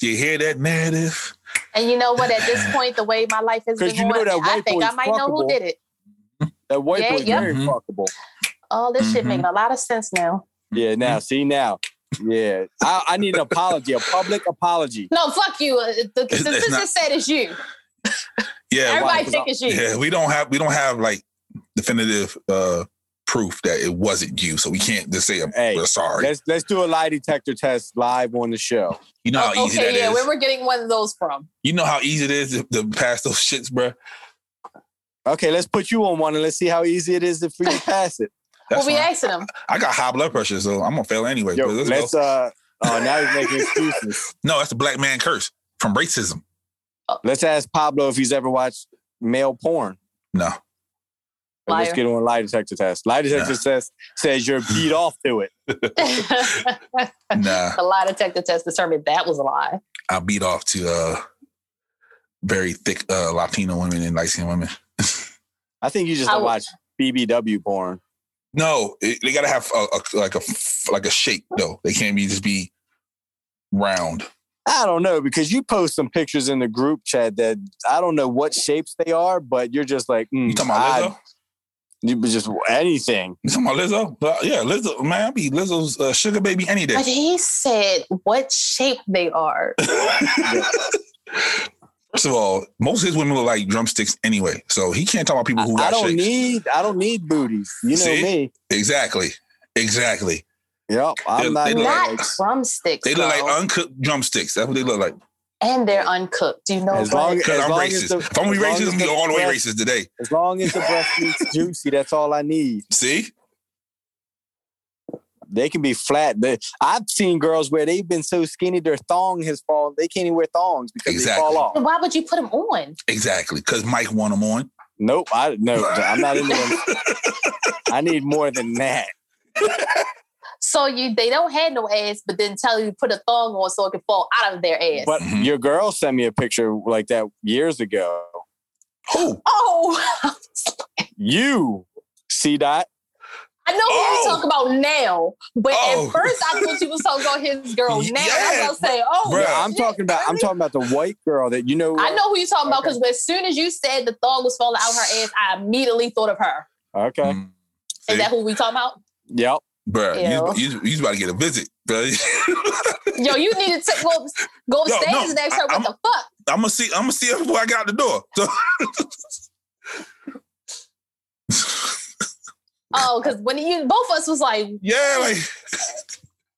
S2: You hear that narrative?
S4: And you know what? At this point, the way my life has
S3: 'Cause
S4: been
S3: you know
S4: going,
S3: that
S4: I
S3: white
S4: think
S3: boy
S4: I
S3: is
S4: might know who
S3: fuckable.
S4: did it.
S3: That white
S4: Yeah,
S3: boy's
S4: yep.
S3: very
S2: Mhm.
S3: fuckable.
S4: All this shit
S2: Mhm.
S4: making a lot of sense now.
S2: Mm-hmm.
S3: Yeah. Now, see now. Yeah, I, I need an apology, a public apology.
S4: No, fuck you. Uh, The
S2: it's
S4: consensus
S2: not-
S4: said it's you.
S2: Yeah,
S3: why?
S4: Everybody think it's you.
S2: yeah. We don't have we don't have like definitive uh proof that it wasn't you, so we can't just say
S3: Hey,
S2: we're sorry.
S3: Let's let's do a lie detector test live on the show.
S2: You know how
S4: Oh,
S2: easy that
S4: okay,
S2: is.
S4: yeah, where we're getting one of those from.
S2: You know how easy it is to, to pass those shits, bruh.
S3: Okay, let's put you on one and let's see how easy it is for you
S4: [LAUGHS]
S3: to pass it.
S2: That's
S4: well, we
S2: fine.
S4: asking them.
S2: I got high blood pressure, so I'm gonna fail anyway.
S3: Yo,
S2: but let's
S3: let's
S2: go.
S3: uh oh now he's making
S4: [LAUGHS]
S3: excuses.
S2: no, that's the black man curse from racism.
S3: Let's ask Pablo if he's ever watched male porn.
S2: No,
S3: But Let's
S4: Liar.
S3: get him on lie detector test. Lie detector test says you're
S2: [LAUGHS]
S3: beat off to it.
S4: [LAUGHS] the
S2: nah,
S4: lie detector test determined that was a lie.
S2: I beat off to uh, very thick uh, Latino women and light skinned women.
S3: I think you just
S4: I
S3: don't
S4: would-
S3: watch BBW porn.
S2: No, it, they gotta have a, a, like a f- like a shape though. They can't be just be round.
S3: I don't know because you post some pictures in the group chat that I don't know what shapes they are, but you're just like mm,
S2: You talking about
S3: I-
S2: Lizzo?
S3: You was just anything.
S2: You talking about Lizzo? Uh, yeah, Lizzo. Man, I be Lizzo's uh, sugar baby any day.
S4: But he said what shape they are.
S2: First of all, most of his women look like drumsticks anyway, so he can't talk about people who
S3: I
S2: got
S3: don't
S2: shapes.
S3: need I don't need booties. You know
S2: See?
S3: me.
S2: exactly, exactly.
S3: Yep. I'm
S2: They- [LAUGHS]
S3: not.
S2: they look
S4: Not
S2: like-
S4: drumsticks.
S2: They look like
S4: though.
S2: uncooked drumsticks. That's what they look like.
S4: and they're uncooked. Do you know
S3: As
S4: what?
S3: long-
S2: Because I'm
S3: long
S2: racist.
S3: as the-
S2: if I'm gonna be
S3: as long
S2: racist,
S3: as
S2: I'm gonna be
S3: the
S2: all the way
S3: breast-
S2: racist today.
S3: as long as the breast
S2: [LAUGHS]
S3: meat's juicy, that's all I need.
S2: See?
S3: They can be flat. They, I've seen girls where they've been so skinny their thong has fallen. They can't even wear thongs because
S2: Exactly.
S3: they fall off.
S4: Why would you put them on?
S2: Exactly. Because Mike won them on.
S3: Nope. I
S2: [LAUGHS]
S3: no. I'm not into them. I need more than that.
S4: So you they don't have no ass, but then tell you to put a thong on so it can fall out of their ass.
S3: But
S2: Mhm.
S3: your girl sent me a picture like that years ago.
S2: Who?
S4: oh, [LAUGHS]
S3: You see that?
S4: I know what
S2: Oh.
S4: you talk about now, but
S2: Oh.
S4: at first I thought you was talking about his
S2: [LAUGHS]
S4: girl
S2: Yeah,
S4: now. I was gonna say, oh,
S2: bruh.
S3: No, I'm
S4: shit,
S3: talking about. I'm
S4: really?
S3: talking about the white girl that you know.
S4: I know who you're talking about
S3: Okay.
S4: because as soon as you said the thong was falling out her ass, I immediately thought of her.
S3: Okay.
S2: Mm.
S4: Is
S2: See?
S4: that who we talking about?
S2: Mm-hmm.
S3: Yep.
S2: Bruh, you, you, you about to get a visit. [LAUGHS]
S4: Yo, you need to go go
S2: Yo, [LAUGHS]
S4: upstairs
S2: no,
S4: and ask
S2: I-
S4: her what
S2: I'm-
S4: the fuck.
S2: I'm gonna see I'm gonna see her before I get out the door. So [LAUGHS]
S4: Oh, because when you both of us was like,
S2: yeah, like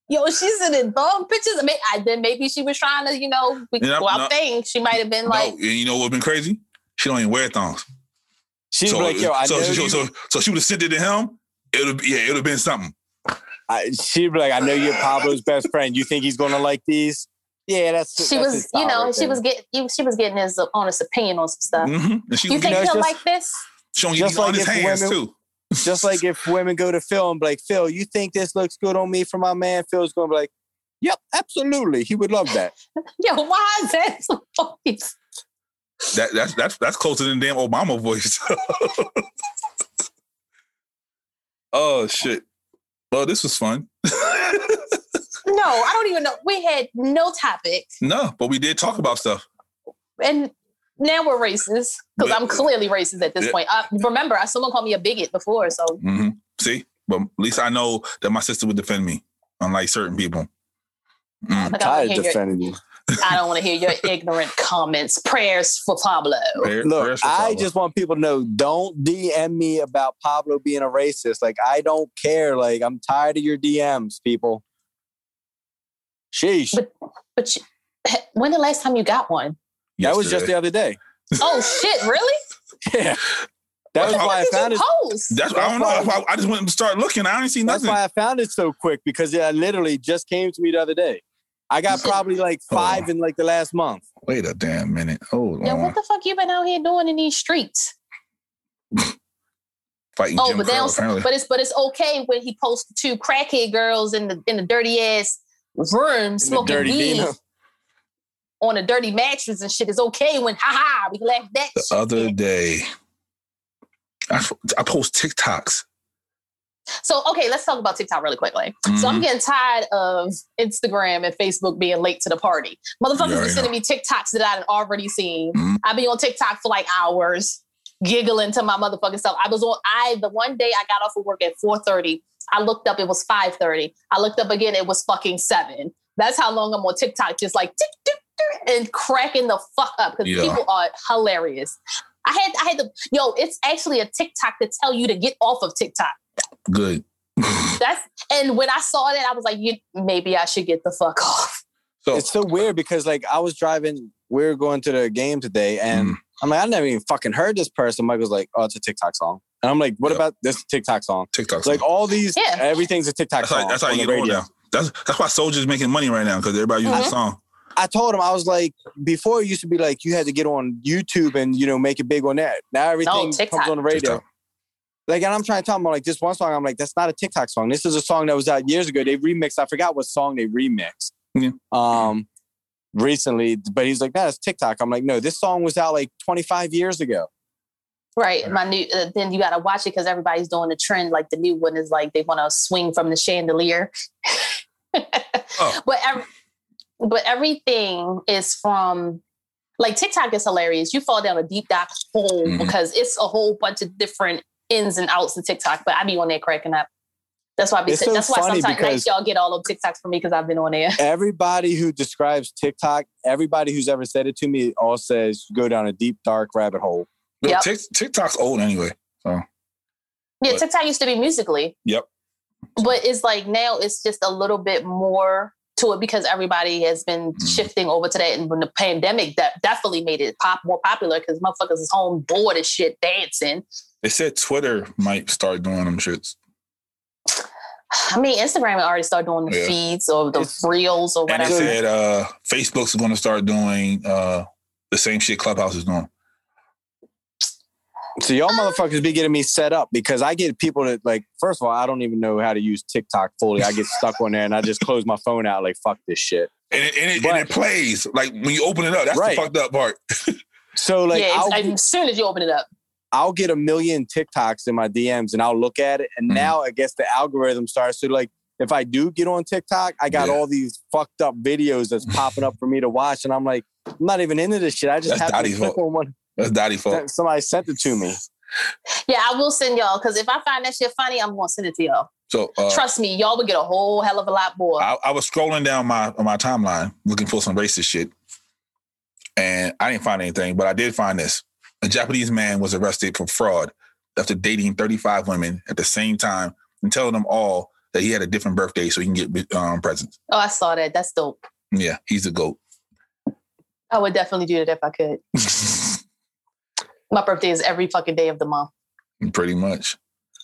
S4: yo, she's in the thong pictures. I mean, I, then maybe she was trying to, you know, we,
S2: Yeah,
S4: well, I
S2: no.
S4: think she might have been like,
S2: no, and you know what's been crazy? She don't even wear thongs.
S3: She's
S2: so,
S3: like, yo, I
S2: so,
S3: know.
S2: so,
S3: you,
S2: so, so she would have sent it to him. It would yeah, it would have been something.
S3: I, she'd be like, I know you're Pablo's best friend. You think he's gonna like these? Yeah, that's.
S4: she
S3: that's
S4: was,
S3: his
S4: you know,
S3: solid
S4: she
S3: thing.
S4: was getting, she was getting his uh, honest opinion on some
S3: Uh,
S4: stuff.
S2: hmm And she
S4: You
S2: was
S4: think
S3: know, it's
S4: he'll
S3: just-
S4: like this?
S2: showing you
S3: just
S2: these
S3: like
S2: on his
S3: if
S2: hands
S3: women-
S2: too.
S3: just like if women go to Phil and be like, Phil, you think this looks good on me for my man? Phil's gonna be like, Yep, absolutely. He would love that.
S4: Yo, why is that [LAUGHS] so fucking?
S2: That that's that's that's closer than damn Obama voice. [LAUGHS] oh shit. Well, this was fun. [LAUGHS]
S4: No, I don't even know. We had no topic,
S2: no, but we did talk about stuff.
S4: and now we're racist because
S2: Yeah.
S4: I'm clearly racist at this
S2: Yeah.
S4: point. I, remember, I someone called me a bigot before, so
S2: hmm See, but at least I know that my sister would defend me, unlike certain people. Mm,
S4: like, I
S3: Tired of
S4: don't wanna hear your-
S3: defending you.
S4: I don't want to hear
S2: [LAUGHS]
S4: your ignorant comments. Prayers for Pablo.
S2: prayer-
S3: Look,
S2: prayers for
S3: I
S2: Pablo.
S3: just want people to know, don't DM me about Pablo being a racist. Like, I don't care. Like, I'm tired of your DMs, people. Sheesh.
S4: But But you, when the last time you got one?
S3: that was just
S2: Yesterday.
S3: the other day.
S4: Oh shit! Really?
S3: Yeah. That was
S2: What
S3: why I
S4: Did
S3: found
S4: you
S3: it.
S4: post?
S2: That's, I don't know. That's why I just went and started looking. I didn't see
S3: That's
S2: nothing.
S3: why I found it so quick because it literally just came to me the other day. I got probably like
S2: Hold on.
S3: five in like the last month.
S2: Wait a damn minute. Hold
S4: Yo,
S2: on.
S4: what the fuck you been out here doing in these streets?
S2: Fighting
S4: Oh,
S2: Jim
S4: but they
S2: Crow,
S4: don't,
S2: apparently.
S4: but it's but it's okay when he posts two crackhead girls in the in the dirty ass room smoking
S3: dirty
S4: weed
S3: Beamer.
S4: on a dirty mattress and shit. It's okay when ha ha we can laugh at that.
S2: the uh
S4: shit.
S2: other day, I, f- I post TikToks.
S4: So okay, let's talk about TikTok really quickly. So I'm
S2: Mhm.
S4: getting tired of Instagram and Facebook being late to the party.
S2: You
S4: Motherfuckers
S2: already
S4: be sending me TikToks that I'd already seen.
S2: Mhm.
S4: I be on TikTok for like hours, giggling to my motherfucking self. I was on I the one day I got off of work at 4:30. I looked up, it was 5:30. I looked up again, it was fucking seven. That's how long I'm on TikTok, just like tick, tick, tick, and cracking the fuck up because
S2: Yeah.
S4: people are hilarious. I had I had to yo, it's actually a TikTok to tell you to get off of TikTok.
S2: Mm-hmm. Good.
S4: That's and when I saw that, I was like, you maybe I should get the fuck [LAUGHS] off.
S2: so,
S3: It's so weird because like I was driving, we were going to the game today, and
S2: Mm.
S3: I'm like, I never even fucking heard this person. Michael's like, oh, it's a TikTok song. And I'm like, what
S2: Yeah.
S3: about this TikTok song?
S2: TikTok.
S3: It's like all these,
S4: Yeah.
S3: everything's a TikTok
S2: that's
S3: song.
S2: how, that's how
S3: on
S2: you get
S3: the
S2: on
S3: radio.
S2: now. That's that's why Soldier's making money right now because everybody uses the
S4: Mhm.
S2: song.
S3: I told him I was like before it used to be like you had to get on YouTube and you know make it big on that. Now everything
S4: TikTok.
S3: comes on the radio.
S2: TikTok.
S3: Like and I'm trying to tell him like this one song I'm like that's not a TikTok song. This is a song that was out years ago. They remixed. I forgot what song they remixed.
S2: Yeah.
S3: Um, recently, but he's like that's TikTok. I'm like no, this song was out like 25 years ago.
S4: Right. My new. Uh, then you gotta watch it because everybody's doing the trend. Like the new one is like they want to swing from the chandelier. [LAUGHS]
S3: Oh.
S4: But every, but everything is from like TikTok is hilarious. You fall down a deep dark hole
S3: Mm-hmm.
S2: Mhm.
S4: because it's a whole bunch of different ins and outs of TikTok. But I be on there cracking up. That's why I be
S3: It's so
S4: that's why
S3: funny
S4: sometimes like,
S3: because-
S4: y'all get all of TikToks from me because I've been on there.
S3: Everybody who describes TikTok, everybody who's ever said it to me, all says go down a deep dark rabbit hole.
S2: No,
S4: Yep.
S2: Tik- TikTok's old anyway.
S4: Yeah,
S2: But-
S4: TikTok used to be musically.
S2: Yep.
S4: But it's like now it's just a little bit more to it because everybody has been
S2: Mhm.
S4: shifting over to that. And when the pandemic that definitely made it pop more popular because motherfuckers is home bored as shit dancing. [SIGHS]
S2: They said Twitter might start doing them shits.
S4: I mean, Instagram already started doing the
S2: Yeah.
S4: feeds or the
S3: It's-
S4: reels or
S2: And they
S4: whatever.
S2: said uh, Facebook's going to start doing uh, the same shit Clubhouse is doing.
S3: So y'all motherfuckers be getting me set up because I get people that like. First of all, I don't even know how to use TikTok fully. I get stuck on there and I just close my phone out. Like fuck this shit.
S2: And it, and, it,
S3: But-
S2: and it plays like when you open it up. That's
S3: Right.
S2: the fucked up part.
S3: So like,
S4: yeah, it's-
S3: I'll,
S4: and as soon as you open it up.
S3: I'll get a million TikToks in my DMs and I'll look at it. And
S2: Mhm.
S3: now I guess the algorithm starts to like. If I do get on TikTok, I got
S2: Yeah.
S3: all these fucked up
S2: [LAUGHS]
S3: videos that's popping up for me to watch, and I'm like, I'm not even into this shit. I just
S2: That's
S3: have to
S2: Dottie's
S3: click
S2: fault.
S3: on one
S2: That's Dottie fault.
S3: that somebody sent it to me.
S4: Yeah, I will send y'all because if I find that shit funny, I'm gonna send it to y'all.
S2: So uh,
S4: Trust me, y'all would get a whole hell of a lot more.
S2: I, I was scrolling down my on my timeline looking for some racist shit, and I didn't find anything, but I did find this: a Japanese man was arrested for fraud after dating 35 women at the same time and telling them all that he had a different birthday so he can get um, presents.
S4: oh, I saw that. That's dope.
S2: Yeah, he's a goat. [LAUGHS]
S4: I would definitely do that if I could. My birthday is every fucking day of the month.
S2: Pretty much.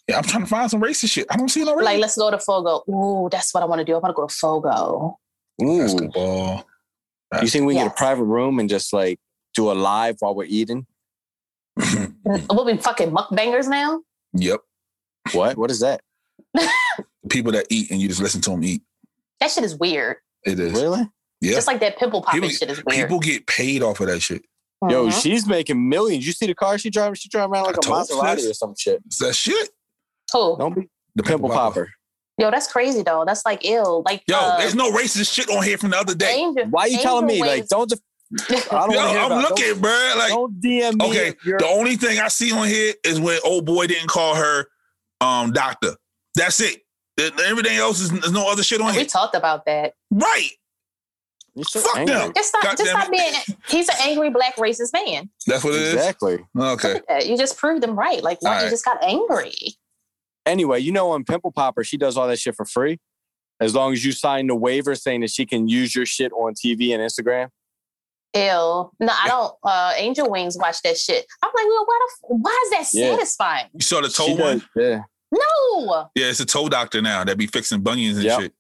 S2: Yeah, I'm trying to find some racist shit. I don't see no racist.
S4: Like, let's go to Fogo. Ooh, that's what I want to do. I want to go to Fogo.
S3: Ooh,
S2: Basketball. [LAUGHS]
S3: you think we can get
S4: Yes.
S3: a private room and just like do a live while we're eating?
S4: We'll be fucking mukbangers now.
S2: yep.
S3: What? What is that?
S2: People that eat and you just listen to them eat.
S4: That shit is weird.
S2: It is.
S3: Really?
S2: Yeah.
S4: Just like that pimple popping
S2: People-
S4: shit is weird.
S2: People get paid off of that shit.
S3: Yo,
S4: Mhm.
S3: she's making millions. You see the car she driving? She driving around like
S2: I
S3: a
S2: told you
S3: Maserati
S2: this.
S3: or some shit.
S2: It's that shit.
S4: Who?
S3: Don't be
S2: The
S3: pimple popper.
S4: Yo, that's crazy though. That's like ill. Like
S2: Yo,
S4: uh,
S2: there's no racist shit on here from the other day.
S4: Angel-
S3: Why you telling me?
S4: Angel
S3: Like,
S4: waves-
S3: don't. Def- [LAUGHS] I don't
S2: Yo,
S3: want to hear
S2: I'm
S3: about. it.
S2: looking, bruh. Like,
S3: Don't, don't DM me.
S2: okay,
S3: if you're-
S2: the only thing I see on here is when old boy didn't call her um doctor. That's it. Th- Everything else is there's no other shit on
S4: we
S2: here.
S4: talked about that.
S2: Right.
S3: you're so
S2: fuck
S3: angry.
S2: them.
S4: Just stop.
S2: God
S4: just
S2: damn
S4: stop being. He's an angry black racist man.
S2: That's what it is.
S3: Exactly. [LAUGHS]
S2: Okay.
S4: Uh, You just proved him right. Like, why you
S2: Alright.
S4: just got angry?
S3: Anyway, you know, on Pimple Popper, she does all that shit for free, as long as you sign the waiver saying that she can use your shit on TV and Instagram.
S4: Ill. No, I don't. uh Angel Wings watch that shit. I'm like, well, why? The, f- why is that
S3: Yeah.
S4: satisfying?
S2: You saw the toe
S3: She
S2: one?
S3: does, yeah.
S4: No.
S2: Yeah, it's a toe doctor now that be fixing bunions and
S3: Yep.
S2: shit.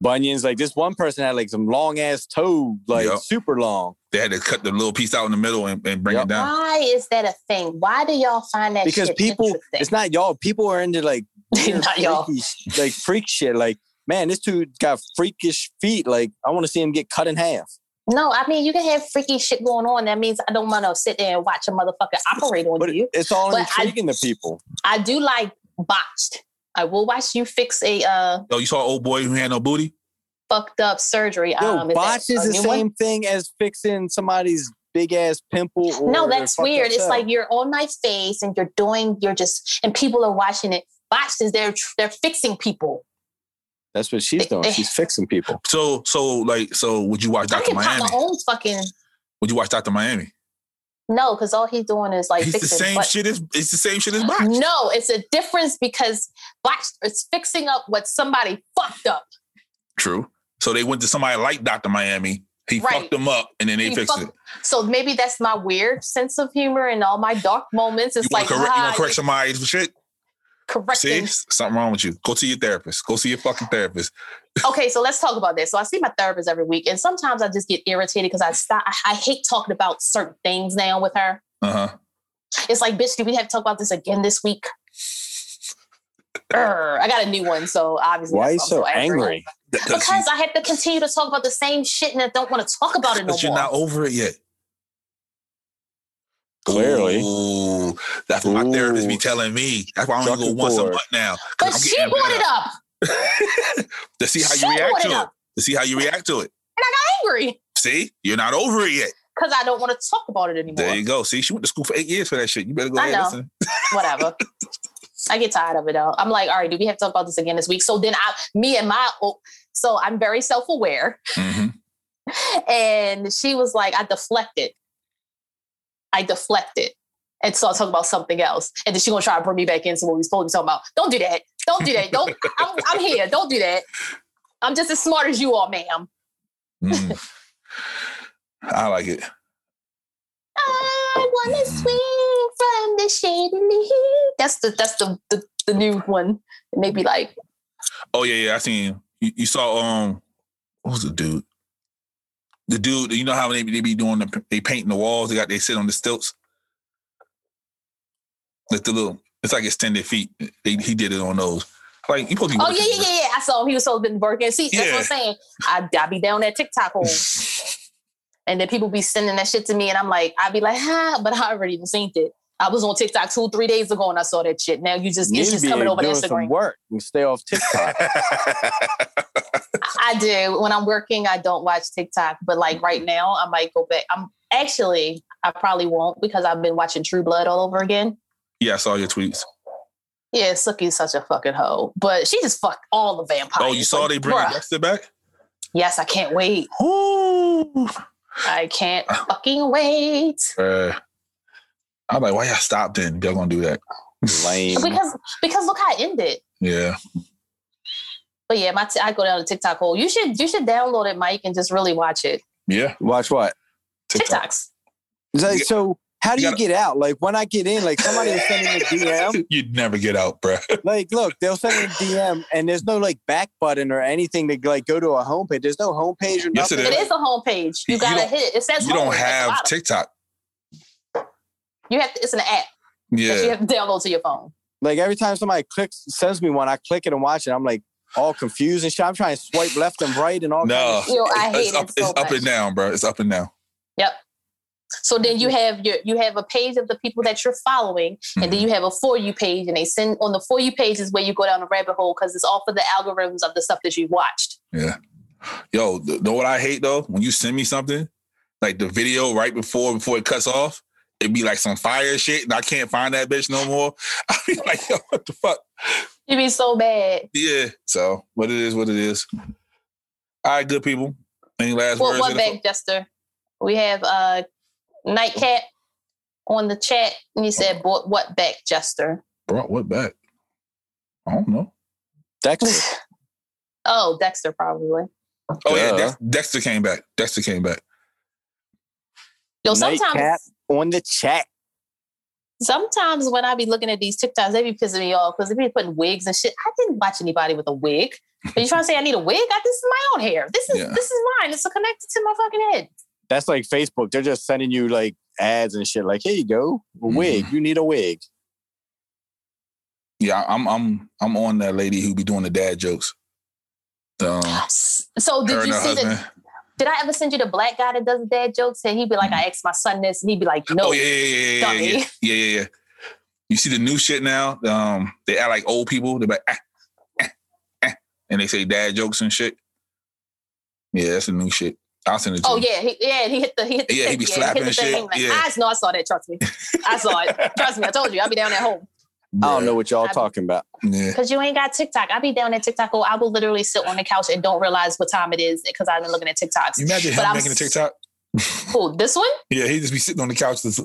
S3: Bunions, like this one person had like some long ass toe, like
S2: Yep.
S3: super long.
S2: They had to cut the little piece out in the middle and, and bring
S3: Yep.
S2: it down.
S4: Why is that a thing? Why do y'all find that
S3: because
S4: shit
S3: people
S4: interesting?
S3: it's not y'all people are into like weird,
S4: [LAUGHS] Not y'all.
S3: freaky sh- like freak shit like man this dude got freakish feet like i want to see him get cut in half
S4: No, I mean you can have freaky shit going on. That means I don't want to sit there and watch a motherfucker operate on
S3: but
S4: you.
S3: it's all
S4: But I-
S3: intriguing to
S4: [LAUGHS]
S3: people
S4: I do like botched. I will watch you fix a uh,
S2: Yo, you saw old boy who had no booty?
S4: fucked up surgery.
S3: yo
S4: um, is that
S3: botch is
S4: a
S3: the
S4: new
S3: same
S4: one?
S3: thing as fixing somebody's big ass pimple or
S4: No,
S3: their
S4: that's
S3: fucked up
S4: weird. It's
S3: self.
S4: like you're on my face and you're doing. You're just and people are watching it. Botched is they're they're fixing people.
S3: that's what she's doing she's fixing people
S2: So, so like, so would you watch
S4: I
S2: Doctor
S4: can pop
S2: Miami?
S4: my own fucking
S2: Would you watch Doctor Miami?
S4: no, because all he's doing is like
S2: it's the
S4: fixing.
S2: same
S4: butt-
S2: shit. As, it's the same shit
S3: [GASPS]
S2: as Botch.
S4: No, it's a difference because botched is fixing up what somebody fucked up.
S2: True. So they went to somebody like Doctor Miami He
S4: Right.
S2: fucked them up and then they
S4: He
S2: fixed
S4: fucked-
S2: it.
S4: So maybe that's my weird sense of humor and all my dark moments. It's
S2: you want
S4: like
S2: to correct, you
S4: ah,
S2: wanna correct somebody's shit? See,
S4: correcting.
S2: something wrong with you. Go to your therapist. Go see your fucking therapist.
S4: [LAUGHS] Okay, so let's talk about this. So I see my therapist every week, and sometimes I just get irritated because I stop. I, I hate talking about certain things now with her.
S2: Uh huh.
S4: It's like, bitch, do we have to talk about this again this week? Err, I got a new one, so obviously.
S3: Why are you
S4: I'm
S3: so angry?
S4: Because I had to continue to talk about the same shit, and I don't want to talk about it no
S2: But you're
S4: more.
S2: not over it yet.
S3: Clearly.
S2: Ooh, that's what my therapist be
S3: Ooh.
S2: telling me. That's why I only go
S3: Chuck E.
S2: once a
S3: Ford.
S2: month now. 'cause
S4: but
S2: I'm
S4: she
S2: getting
S4: brought
S2: better.
S4: it up.
S2: to see how
S4: She
S2: you react
S4: brought
S2: to
S4: it
S2: it.
S4: up.
S2: To see how you react to it.
S4: Angry
S2: See, you're not over it yet.
S4: because I don't want to talk about it anymore.
S2: There you go. See, she went to school for eight years for that shit. You better go
S4: I
S2: ahead and
S4: know.
S2: listen.
S4: whatever.
S2: [LAUGHS]
S4: I get tired of it though. I'm like, all right, do we have to talk about this again this week? So then I, me and my, oh, so I'm very self aware.
S2: Mhm.
S4: [LAUGHS] And she was like, I deflected. I deflected. And so I'll talk about something else. And then she's gonna try to bring me back into what we were supposed to be talking about. Don't do that. Don't do that. Don't, I'm, I'm here. Don't do that. I'm just as smart as you are, ma'am.
S2: Mm. I like it.
S4: I wanna swing from the chandelier. That's the that's the the, the new one. And they be like,
S2: Oh yeah, yeah. I seen you, you saw um what was the dude? The dude, you know how they, they be doing the they painting the walls, they got they sit on the stilts. Like the little it's like extended feet. They, he did it on those. Like you supposed to be
S4: Oh yeah,
S2: working,
S4: yeah, yeah, yeah. I saw him. He was supposed to been working. See, that's what
S2: Yeah.
S4: I'm saying. I, I be down that
S3: [LAUGHS]
S4: TikTok hole, and then people be sending that shit to me, and I'm like, I be like, huh, but I already even seen it. I was on TikTok two, three days ago, and I saw that shit. Now you just
S3: You need
S4: it's
S3: to
S4: just
S3: be
S4: coming over to
S3: doing some
S4: Instagram.
S3: work and stay off
S4: [LAUGHS]
S3: TikTok.
S4: I do when I'm working. I don't watch TikTok, but like right now, I might go back. I'm actually, I probably won't because I've been watching True Blood all over again.
S2: yeah, I saw your tweets.
S4: Oh, Yeah, Suki's such a fucking hoe, but she just fucked all the vampires.
S2: Oh, you saw
S4: Like,
S2: they bring
S4: bruh.
S2: Dexter back?
S4: Yes, I can't wait.
S2: Ooh.
S4: I
S2: [LAUGHS]
S4: can't fucking wait.
S2: Uh, I'm like, why y'all stop then? Y'all gonna do that? Mm-hmm.
S3: Lame.
S4: because because look how it ended.
S2: [LAUGHS] Yeah.
S4: But yeah, my t- I go down the TikTok hole. You should you should download it, Mike, and just really watch it.
S2: Yeah.
S3: Watch what?
S4: TikToks.
S3: It's like,
S2: You-
S3: so how do
S2: you
S3: you,
S2: gotta-
S3: get out? Like when I get in, like somebody will send me
S2: [LAUGHS]
S3: a DM.
S2: You'd never get out, bruh.
S3: Like, look, they'll send me a DM and there's no like back button or anything to like go to a homepage. There's no homepage or nothing.
S2: Yes, it
S4: It
S2: Yeah.
S4: is a homepage. You
S2: You
S4: gotta
S2: don't-
S4: hit it. It says
S2: You don't
S4: home at the
S2: have
S4: bottom.
S2: TikTok.
S4: you have to, it's an app that you
S2: Yeah.
S4: have to download to your phone.
S3: Like every time somebody clicks sends me one, I click it and watch it. I'm like all confused and shit. I'm trying to swipe left and right and all.
S2: No.
S4: Yo, I hate
S2: It's
S4: it
S2: up,
S4: so
S2: it's up
S4: much.
S2: and down, bro. It's up and down.
S4: So then
S2: Mm-hmm.
S4: you have your you have a page of the people that you're following, and then you have a for you page, and they send on the for you page is where you go down a rabbit hole because it's all for the algorithms of the stuff that you watched.
S2: Mm-hmm. Yo, th- know what I hate though? When you send me something, like the video right before before it cuts off, it'd be like some fire shit, and I can't find that bitch no more. [LAUGHS] I be like, yo, what the fuck?
S4: You'd be so bad.
S2: Yeah. So what it is, what it is. All right, good people. Any last
S4: Well,
S2: words?
S4: one back, Jester. We have uh Nightcat on the chat, and he said, "Bought what back, Jester?" [LAUGHS]
S2: Bro, what back? I don't know.
S3: Dexter.
S2: [LAUGHS]
S4: oh, Dexter probably.
S2: Oh yeah,
S3: Duh.
S2: Dex- Dexter came back. Dexter came back.
S4: Yo,
S3: Nightcat.
S4: sometimes,
S3: on the chat.
S4: sometimes when I be looking at these TikToks, they be pissing me off because they be putting wigs and shit. I didn't watch anybody with a wig. Are you trying to say I need a wig? I, this is my own hair. This is
S2: Yeah.
S4: this is mine. It's connected to my fucking head.
S3: That's like Facebook. They're just sending you like ads and shit. Like, here you go. A
S2: Mhm.
S3: wig. You need a wig.
S2: Yeah, I'm I'm I'm on that lady who be doing the dad jokes. Um,
S4: S-
S2: her
S4: So Oh, did
S2: and
S4: you
S2: her
S4: see
S2: husband.
S4: the? Did I ever send you the black guy that does dad jokes? And he'd be like, "I asked my son this," and he'd be like,
S2: Mm-hmm.
S4: "No."
S2: Oh yeah, yeah, yeah, yeah, yeah, yeah,
S4: dummy.
S2: yeah, yeah, yeah. You see the new shit now. Um, they act like old people. They're like, ah, ah, ah, and they say dad jokes and shit. Yeah, that's the new shit. I'll send it to
S4: Oh
S2: you.
S4: yeah, he, yeah, and he hit the he hit the
S2: Yeah, he
S4: thing,
S2: be
S4: hit
S2: slapping
S4: the
S2: and
S4: thing,
S2: shit,
S4: I'm like,
S2: yeah.
S4: I know I saw that. Trust me, I saw it. Trust me, I told you, I'll be down at home
S3: I don't know what y'all
S4: I-
S3: talking about.
S2: Yeah.
S4: because you ain't got TikTok. I'll be down at TikTok. Or I will literally sit on the couch and don't realize what time it is because I've been looking at TikToks.
S2: You imagine him
S4: But I'm
S2: making a
S4: s-
S2: TikTok?
S4: Cool. This one,
S2: Yeah, he just be sitting on the couch. This,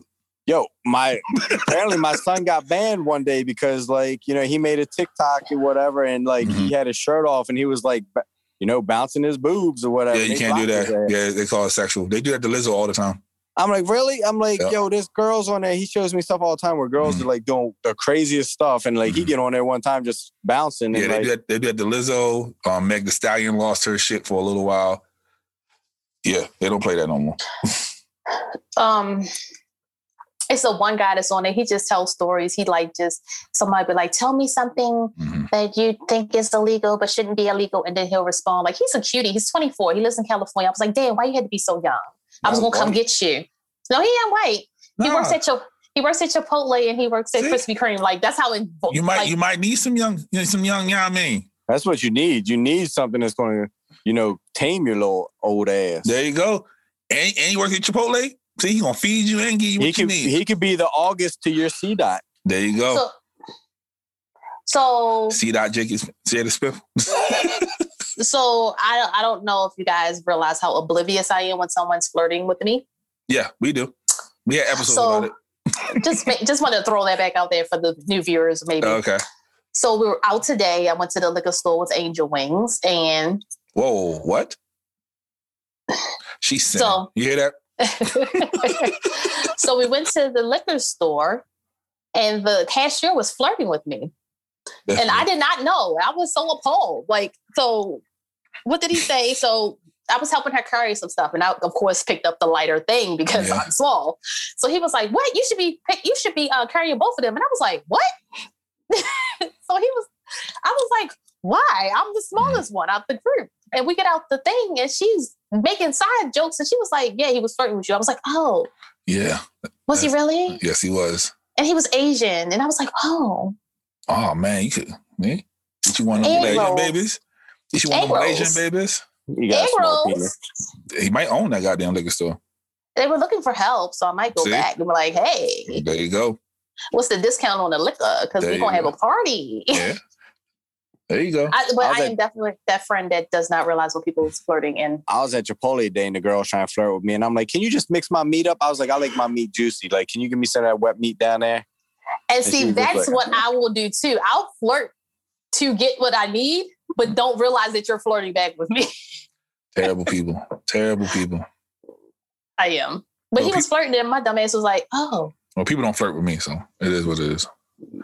S3: Yo, my apparently my son got banned one day
S2: Mm-hmm.
S3: because like you know he made a TikTok or whatever, and like he had his shirt off, and he was like, ba- you know, bouncing his boobs or whatever.
S2: yeah, you
S3: They
S2: can't do
S3: block his
S2: that.
S3: ass.
S2: Yeah, they call it sexual. They do that to Lizzo all the time.
S3: I'm like, really? I'm like,
S2: Yeah.
S3: yo, there's girls on there. He shows me stuff all the time where girls
S2: Mhm.
S3: are like doing the craziest stuff, and like he
S2: Mhm.
S3: get on there one time just bouncing.
S2: Yeah,
S3: and,
S2: they
S3: like,
S2: do that. They do that to Lizzo. Um, Meg The Stallion lost her shit for a little while. Yeah, they don't play that no more.
S4: um it's the one guy that's on it. He just tells stories. He like just somebody be like, "Tell me something
S2: Mhm.
S4: that you think is illegal but shouldn't be illegal," and then he'll respond like, "He's a cutie. He's 24. He lives in California." I was like, "Damn, why you had to be so young? I was
S2: Nah,
S4: gonna come
S2: why-
S4: get you." No, he ain't white. He
S2: Nah.
S4: works at your he works at Chipotle and he works at
S2: See?
S4: Krispy Kreme. Like that's how it.
S2: You might
S4: Oh, like,
S2: you might need some young you know, some young you know what I mean.
S3: that's what you need. You need something that's going to, you know, tame your little old ass.
S2: There you go. And, and you work at Chipotle. See, he gonna feed you and give you what
S3: he
S2: you
S3: could
S2: need.
S3: he could be the August to your C dot.
S2: there you go.
S4: so. So
S2: See that Jake is see the spiff.
S4: so I I don't know if you guys realize how oblivious I am when someone's flirting with me.
S2: Yeah, we do. We had episodes
S4: So-
S2: about it.
S4: just ma- just want to throw that back out there for the new viewers, maybe.
S2: Okay.
S4: So we were out today. I went to the liquor store with Angel Wings, and
S2: Whoa, what? She's sinning.
S4: So-
S2: you hear that?
S4: [LAUGHS] so we went to the liquor store, and the cashier was flirting with me, and I did not know. I was so appalled. Like, so what did
S2: [LAUGHS]
S4: he say? So. I was helping her carry some stuff, and I, of course, picked up the lighter thing because
S2: Yeah.
S4: I'm small. So he was like, "What? You should be pick, you should be uh, carrying both of them." And I was like, "What?" [LAUGHS] so he was, I was like, why? I'm
S2: Mm-hmm.
S4: the smallest one out the group. And we get out the thing and she's making side jokes. And she was like, yeah, he was flirting with you. I was like, oh,
S2: Yeah.
S4: was he really?
S2: Yes, he was.
S4: And he was Asian. And I was like, oh,
S2: Oh man, you could me. Did you want
S4: Egg
S2: them Malaysian
S4: rolls.
S2: babies? Did you want them
S4: Egg
S2: Malaysian
S4: rolls.
S2: babies?
S3: You
S4: egg
S3: got a small penis.
S4: rolls.
S2: He might own that goddamn liquor store.
S4: They were looking for help. So I might go
S2: See?
S4: back and be like, hey,
S2: There you go.
S4: [LAUGHS] what's the discount on the liquor? Because
S2: There
S4: we're
S2: you
S4: going to have
S2: go.
S4: a party.
S2: Yeah. there you go.
S4: [LAUGHS] I, but
S3: I was
S4: I
S3: at-
S4: am definitely that friend that does not realize what people is flirting in.
S3: I was at Chipotle today and the girl was trying to flirt with me. And I'm like, can you just mix my meat up? I was like, I like my meat juicy. Like, can you give me some of that wet meat down there?
S4: And
S3: And she
S4: see,
S3: was just
S4: that's
S3: like-
S4: what I will do too. I'll flirt to get what I need,
S2: Mm-hmm.
S4: but don't realize that you're flirting back with me. [LAUGHS]
S2: Terrible people. Terrible people.
S4: I am. But
S2: So
S4: he
S2: pe-
S4: was flirting, and my dumb ass was like, "Oh,
S2: Well, people don't flirt with me, so it is what it is.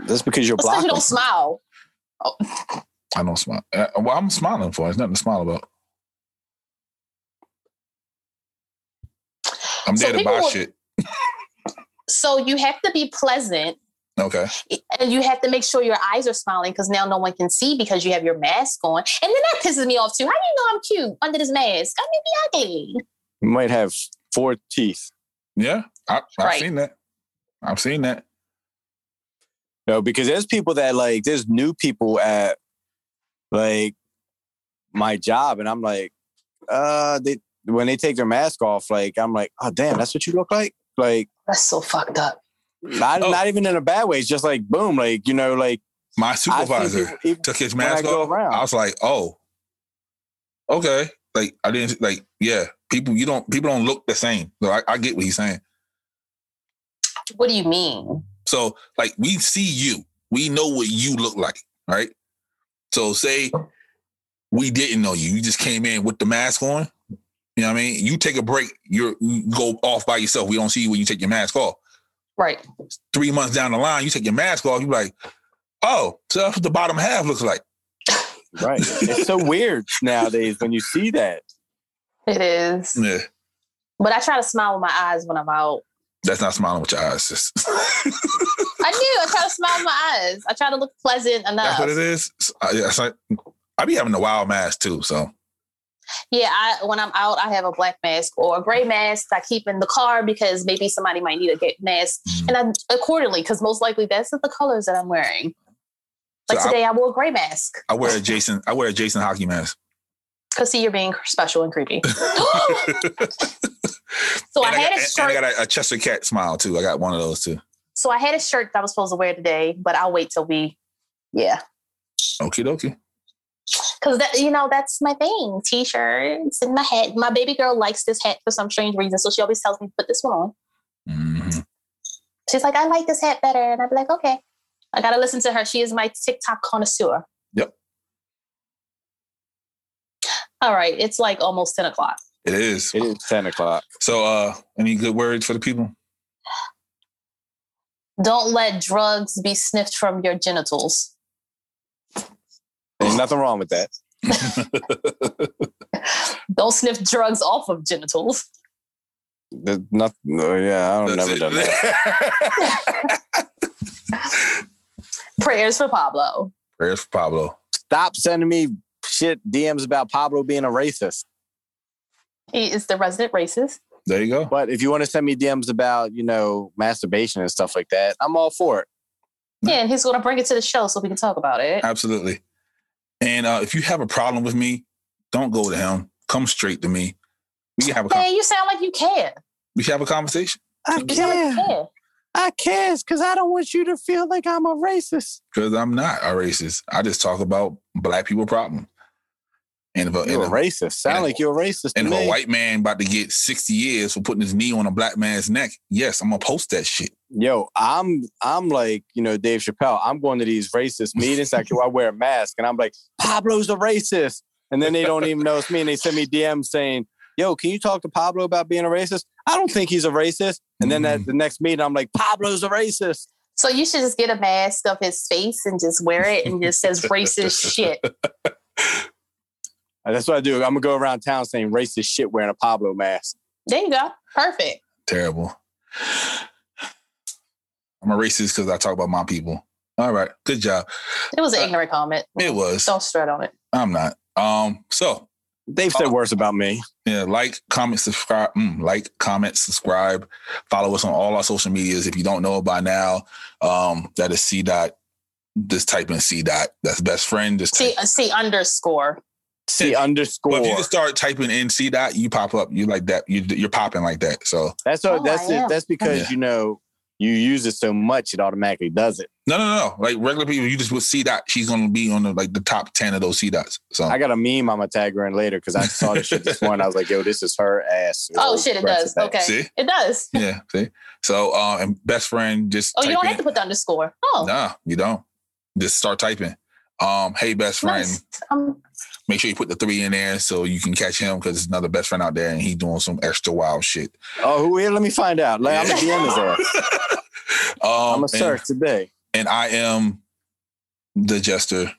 S3: That's because you're
S4: that's
S3: blocking.
S4: because you don't smile."
S2: I don't smile. Uh, well, I'm smiling for. it. There's nothing to smile about. I'm
S4: So
S2: there to
S4: people
S2: buy
S4: will-
S2: shit.
S4: So you have to be pleasant,
S2: Okay.
S4: and you have to make sure your eyes are smiling because now no one can see because you have your mask on. And then that pisses me off too. How do you know I'm cute under this mask? I may be ugly.
S3: You might have four teeth.
S2: Yeah. I, I've
S4: Right.
S2: seen that. I've seen that.
S3: No, because there's people that like, there's new people at like my job. And I'm like, uh, they, when they take their mask off, like, I'm like, oh, damn, that's what you look like? Like,
S4: That's so fucked up.
S3: not,
S2: Oh.
S3: not even in a bad way. It's just like, boom, like, you know, like,
S2: My
S3: I see
S2: supervisor
S3: people- even-
S2: took his
S3: when I
S2: mask
S3: go
S2: off.
S3: around.
S2: I was like, oh, okay. Like I didn't like. Yeah, people. You don't. People don't look the same. So I, I get what he's saying.
S4: What do you mean?
S2: So like we see you. We know what you look like, right? So say we didn't know you. You just came in with the mask on. You know what I mean? You take a break, you're you go off by yourself. We don't see you when you take your mask off.
S4: Right.
S2: Three months down the line, you take your mask off, you're like, oh, so that's what the bottom half looks like.
S3: Right. it's so weird nowadays when you see that.
S4: It is.
S2: Yeah.
S4: But I try to smile with my eyes when I'm out.
S2: That's not smiling with your eyes, sis. [LAUGHS]
S4: I do. I try to smile with my eyes. I try to look pleasant
S2: That's
S4: enough.
S2: what it is. I, yeah, it's like, I be having a wild mask too, so
S4: Yeah, I, when I'm out, I have a black mask or a gray mask I keep in the car because maybe somebody might need a gay mask,
S2: Mhm.
S4: and I accordingly because most likely that's the colors that I'm wearing. Like
S2: So I-
S4: today, I, wore a gray mask
S2: I wear a Jason. I wear a Jason hockey mask.
S4: because see, you're being special and creepy.
S2: [LAUGHS]
S4: so I
S2: and,
S4: had
S2: got,
S4: a
S2: and-
S4: shirt.
S2: and I got a, a Chester cat smile too. I got one of those too.
S4: so I had a shirt that I was supposed to wear today, but I'll wait till we. Yeah,
S2: Okie dokie.
S4: because that you know that's my thing. T-shirts and my hat. My baby girl likes this hat for some strange reason, so she always tells me to put this one on.
S2: Mhm.
S4: She's like, I like this hat better. And I'm like, okay. I gotta listen to her. She is my TikTok connoisseur.
S2: Yep.
S4: All right. It's like almost 10 o'clock.
S2: It is.
S3: It is 10 o'clock.
S2: So, uh, any good words for the people?
S4: Don't let drugs be sniffed from your genitals.
S3: There's nothing wrong with that.
S4: Don't sniff drugs off of genitals.
S3: There's nothing. no, yeah, I've never done that.
S2: [LAUGHS]
S4: Prayers for Pablo.
S2: Prayers for Pablo.
S3: Stop sending me shit DMs about Pablo being a racist.
S4: He is the resident racist.
S2: There you go.
S3: But if you want to send me DMs about, you know, masturbation and stuff like that, I'm all for it.
S4: Yeah, and he's going to bring it to the show so we can talk about it.
S2: Absolutely. And uh, if you have a problem with me, don't go to him. Come straight to me. We can have a con-
S4: Man, you sound like you care.
S2: we can have a conversation.
S5: I
S4: You sound like you
S5: care.
S4: care.
S5: I care because I don't want you to feel like I'm a racist.
S2: Because I'm not a racist. I just talk about black people problem. And if a,
S3: You're a
S2: and a,
S3: racist. Sound
S2: and a-
S3: like you're a racist to
S2: and if a
S3: me.
S2: white man about to get 60 years for putting his knee on a black man's neck, yes, I'm gonna post that shit.
S3: Yo, I'm I'm like, you know, Dave Chappelle. I'm going to these racist
S2: [LAUGHS]
S3: meetings. I, I wear a mask and I'm like, Pablo's a racist. And then they don't even know it's me. And they send me DMs saying, Yo, can you talk to Pablo about being a racist? I don't think he's a racist. And then
S2: Mm.
S3: at the next meeting, I'm like, Pablo's a racist.
S4: So you should just get a mask of his face and just wear it and just says racist shit.
S3: Uh, That's what I do. I'm gonna go around town saying racist shit wearing a Pablo mask.
S4: There you go. Perfect.
S2: Terrible. I'm a racist because I talk about my people. All right. Good job.
S4: It was an ignorant comment.
S2: It was.
S4: Don't strut on it.
S2: I'm not. Um, so
S3: They've
S2: Oh.
S3: said worse about me.
S2: Yeah, like, comment, subscribe. Mm, like, comment, subscribe. Follow us on all our social medias. If you don't know it by now, um, that is C dot. Just type in C dot. That's best friend. Just
S4: See,
S2: type.
S4: uh, see underscore.
S3: See underscore.
S2: But if you just start typing in C dot, you pop up. You like that. You, you're popping like that. So
S3: that's what,
S4: Oh,
S3: that's
S4: I
S3: it.
S4: am.
S3: That's because
S2: Yeah.
S3: you know you use it so much it automatically does it.
S2: no, no, no. Like regular people, you just put C dot. She's gonna be on the like the top ten of those C dots. So
S3: I got a meme I'm gonna tag her in later because I saw this
S2: [LAUGHS]
S3: shit this morning. I was like, yo, this is her ass.
S4: Oh, shit, it does. Okay.
S2: see,
S4: It does.
S2: yeah, see. So uh, and best friend, just
S4: Oh,
S2: type
S4: you don't
S2: in.
S4: have to put the underscore. Oh,
S2: Nah, you don't. Just start typing. Um, hey, best friend.
S4: nice. Um,
S2: make sure you put the three in there so you can catch him because there's another best friend out there and he doing some extra wild shit.
S3: Oh, who here? Let me find out. Like, I'm
S2: Yeah.
S3: gonna DM his ass.
S2: [LAUGHS] Um,
S3: I'm gonna
S2: and-
S3: search today.
S2: And, I am the jester,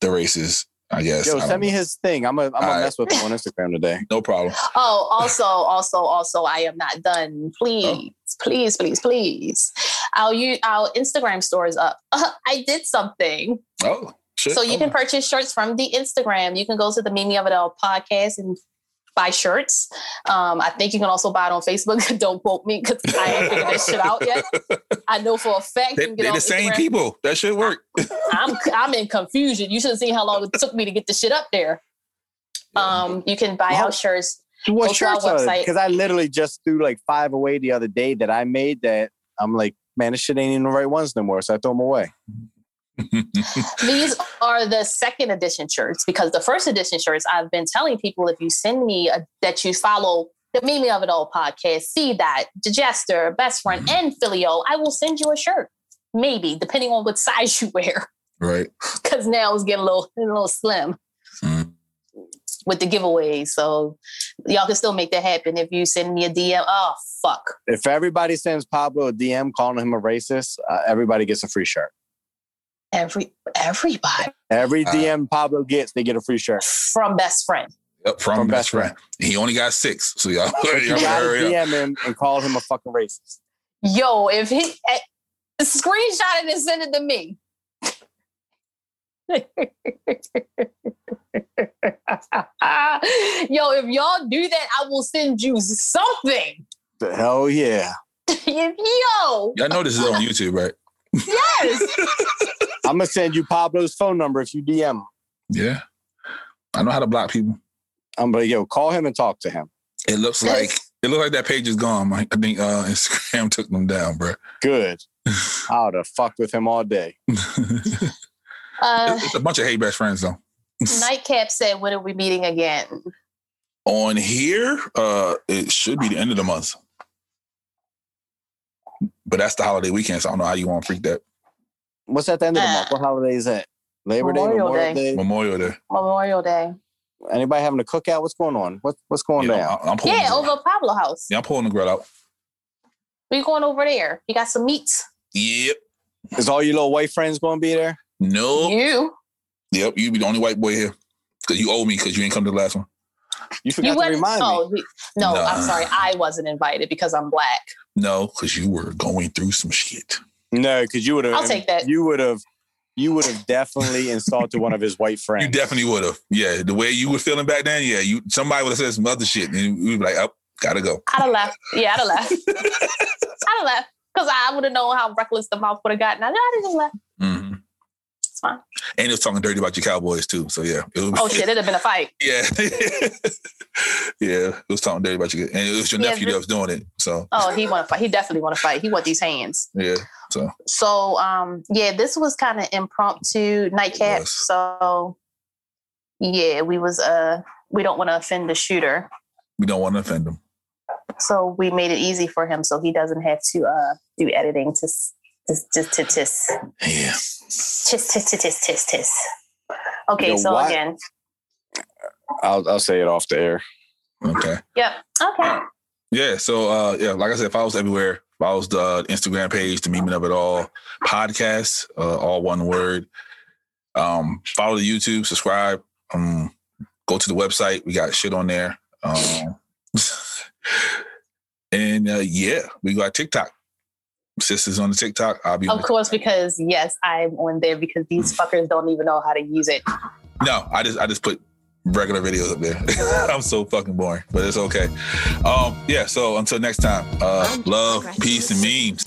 S2: the racist, I guess.
S3: Yo,
S2: I don't
S3: send me
S2: know.
S3: his thing. I'm gonna I'm
S2: All
S3: gonna
S2: right.
S3: mess with him on Instagram today.
S2: No problem.
S4: oh, also, also, also, I am not
S2: Oh.
S4: done. Please, please, please, please. Our, you, our Instagram store is up. [LAUGHS] I did something.
S2: Oh, shit.
S4: So you can purchase shirts from the Instagram. You can go to the Mimi of It All podcast and buy shirts. Um, I think you can also buy it on Facebook. [LAUGHS] Don't quote me because I ain't figured that shit out
S2: [LAUGHS]
S4: yet. I know for a fact
S2: They,
S4: you can get
S2: they're
S4: on
S2: the same
S4: Instagram.
S2: people. That should work.
S4: I'm I'm in confusion. You should have seen how long it took me to get this shit up there. Um, you can buy
S3: Well,
S4: out shirts.
S3: what
S4: Go to our
S3: shirts are
S4: website.
S3: Because I literally just threw like five away the other day that I made that I'm like, man, this shit ain't even the right ones no more. So I throw them away.
S4: These are the second edition shirts because the first edition shirts I've been telling people if you send me a, that you follow the Mimi of It All podcast, see that the Jester, best friend, and Filio, I will send you a shirt. Maybe depending on what size you [LAUGHS] wear,
S2: [LAUGHS] right.
S4: because now it's getting a little a little slim
S2: Mm.
S4: with the giveaways. So y'all can still make that happen if you send me a DM. Oh fuck.
S3: If everybody sends Pablo a DM calling him a racist, uh, everybody gets a free shirt.
S4: Every everybody
S3: Every
S2: Uh,
S3: DM Pablo gets, they get a free shirt.
S4: from best friend.
S2: Yep, from,
S3: From
S2: best
S3: best
S2: friend. He only got six. So y'all,
S3: You
S2: y'all
S3: gotta
S2: hurry up.
S3: DM him and call him a fucking racist.
S4: Yo, if he eh, screenshot it and send it to me. [LAUGHS] Yo, if y'all do that, I will send you something. [LAUGHS]
S3: The hell yeah.
S4: Yo,
S2: Y'all know this is on YouTube, right?
S4: yes.
S3: I'm gonna send you Pablo's phone number if you DM him.
S2: Yeah. I know how to block people.
S3: I'm like, yo, call him and talk to him.
S2: It looks like it looks like that page is gone. Mike. I think uh, [LAUGHS] Instagram took them down, [LAUGHS] bro.
S3: Good. I would have fucked with him all day.
S4: Uh,
S2: It's it's a bunch of hey best friends though.
S4: Nightcap said, "When are we meeting again?"
S2: On here, uh, it should be the end of the month, but that's the holiday weekend, so I don't know how you want to freak that
S3: What's at the end of the
S4: Uh,
S3: month? What holiday is that? Labor Day,
S4: Memorial
S3: Memorial
S4: Day.
S3: Day.
S2: Memorial Day.
S4: Memorial Day.
S3: Anybody having a cookout? What's going on? What, what's going
S2: Yeah,
S3: down?
S2: I'm, I'm pulling
S4: Yeah,
S2: the grill.
S4: over Pablo House.
S2: yeah, I'm pulling the grill out.
S4: We going over there. You got some meats.
S2: Yep.
S3: Is all your little white friends going to be there?
S2: No.
S4: You.
S2: Yep. You be the only white boy here because you owe me because you didn't come to the last one.
S3: You forgot to
S4: wasn't-
S3: remind me.
S4: oh, he- no,
S2: Nah.
S4: I'm sorry. I wasn't invited because I'm black.
S2: No, because you were going through some shit.
S3: No, because you would have.
S4: I'll take that.
S3: You would have. You would have definitely insulted one of his white friends.
S2: You definitely would have. Yeah, the way you were feeling back then. Yeah, you somebody would have said some other shit, and you'd be like, "Oh, gotta go."
S4: I'd have left. Yeah, I'd have left. I'd have left because I would have known how reckless the mouth would have gotten. I, I didn't left.
S2: hmm
S4: It's fine.
S2: And it was talking dirty about your Cowboys too. So yeah, it was,
S4: Oh shit, it'd have been a fight.
S2: [LAUGHS] yeah, yeah. It was talking dirty about you, and it was your
S4: Yeah,
S2: nephew
S4: but-
S2: that was doing it. So
S4: Oh, he want to fight. He definitely want to fight. He want these hands.
S2: yeah,
S4: So, um, yeah, this was kind of impromptu
S2: It
S4: nightcap.
S2: was.
S4: So, yeah, we was uh, we don't want to offend the shooter,
S2: we don't want to offend them.
S4: so we made it easy for him, so he doesn't have to uh do editing to s- just just to tis
S2: Yeah,
S4: tis tis tis tis tis. tis. Okay,
S3: Yo,
S4: so
S3: why-
S4: again,
S3: I'll, I'll say it off the air.
S2: okay,
S4: yep. Okay,
S2: yeah. So uh, yeah, like I said, if I was everywhere, if I was the Instagram page, the meme of it all, podcast, uh, all one word. Um, follow the YouTube, subscribe. Um, go to the website. We got shit on there. Um, [LAUGHS] and uh, yeah, we got TikTok. Sisters on the TikTok. I'll be on
S4: of course, because yes, I'm on there because these fuckers don't even know how to use it.
S2: No, I just I just put regular videos up there. [LAUGHS] I'm so fucking boring, but it's okay. Um, yeah. So until next time, uh, love, peace, and memes.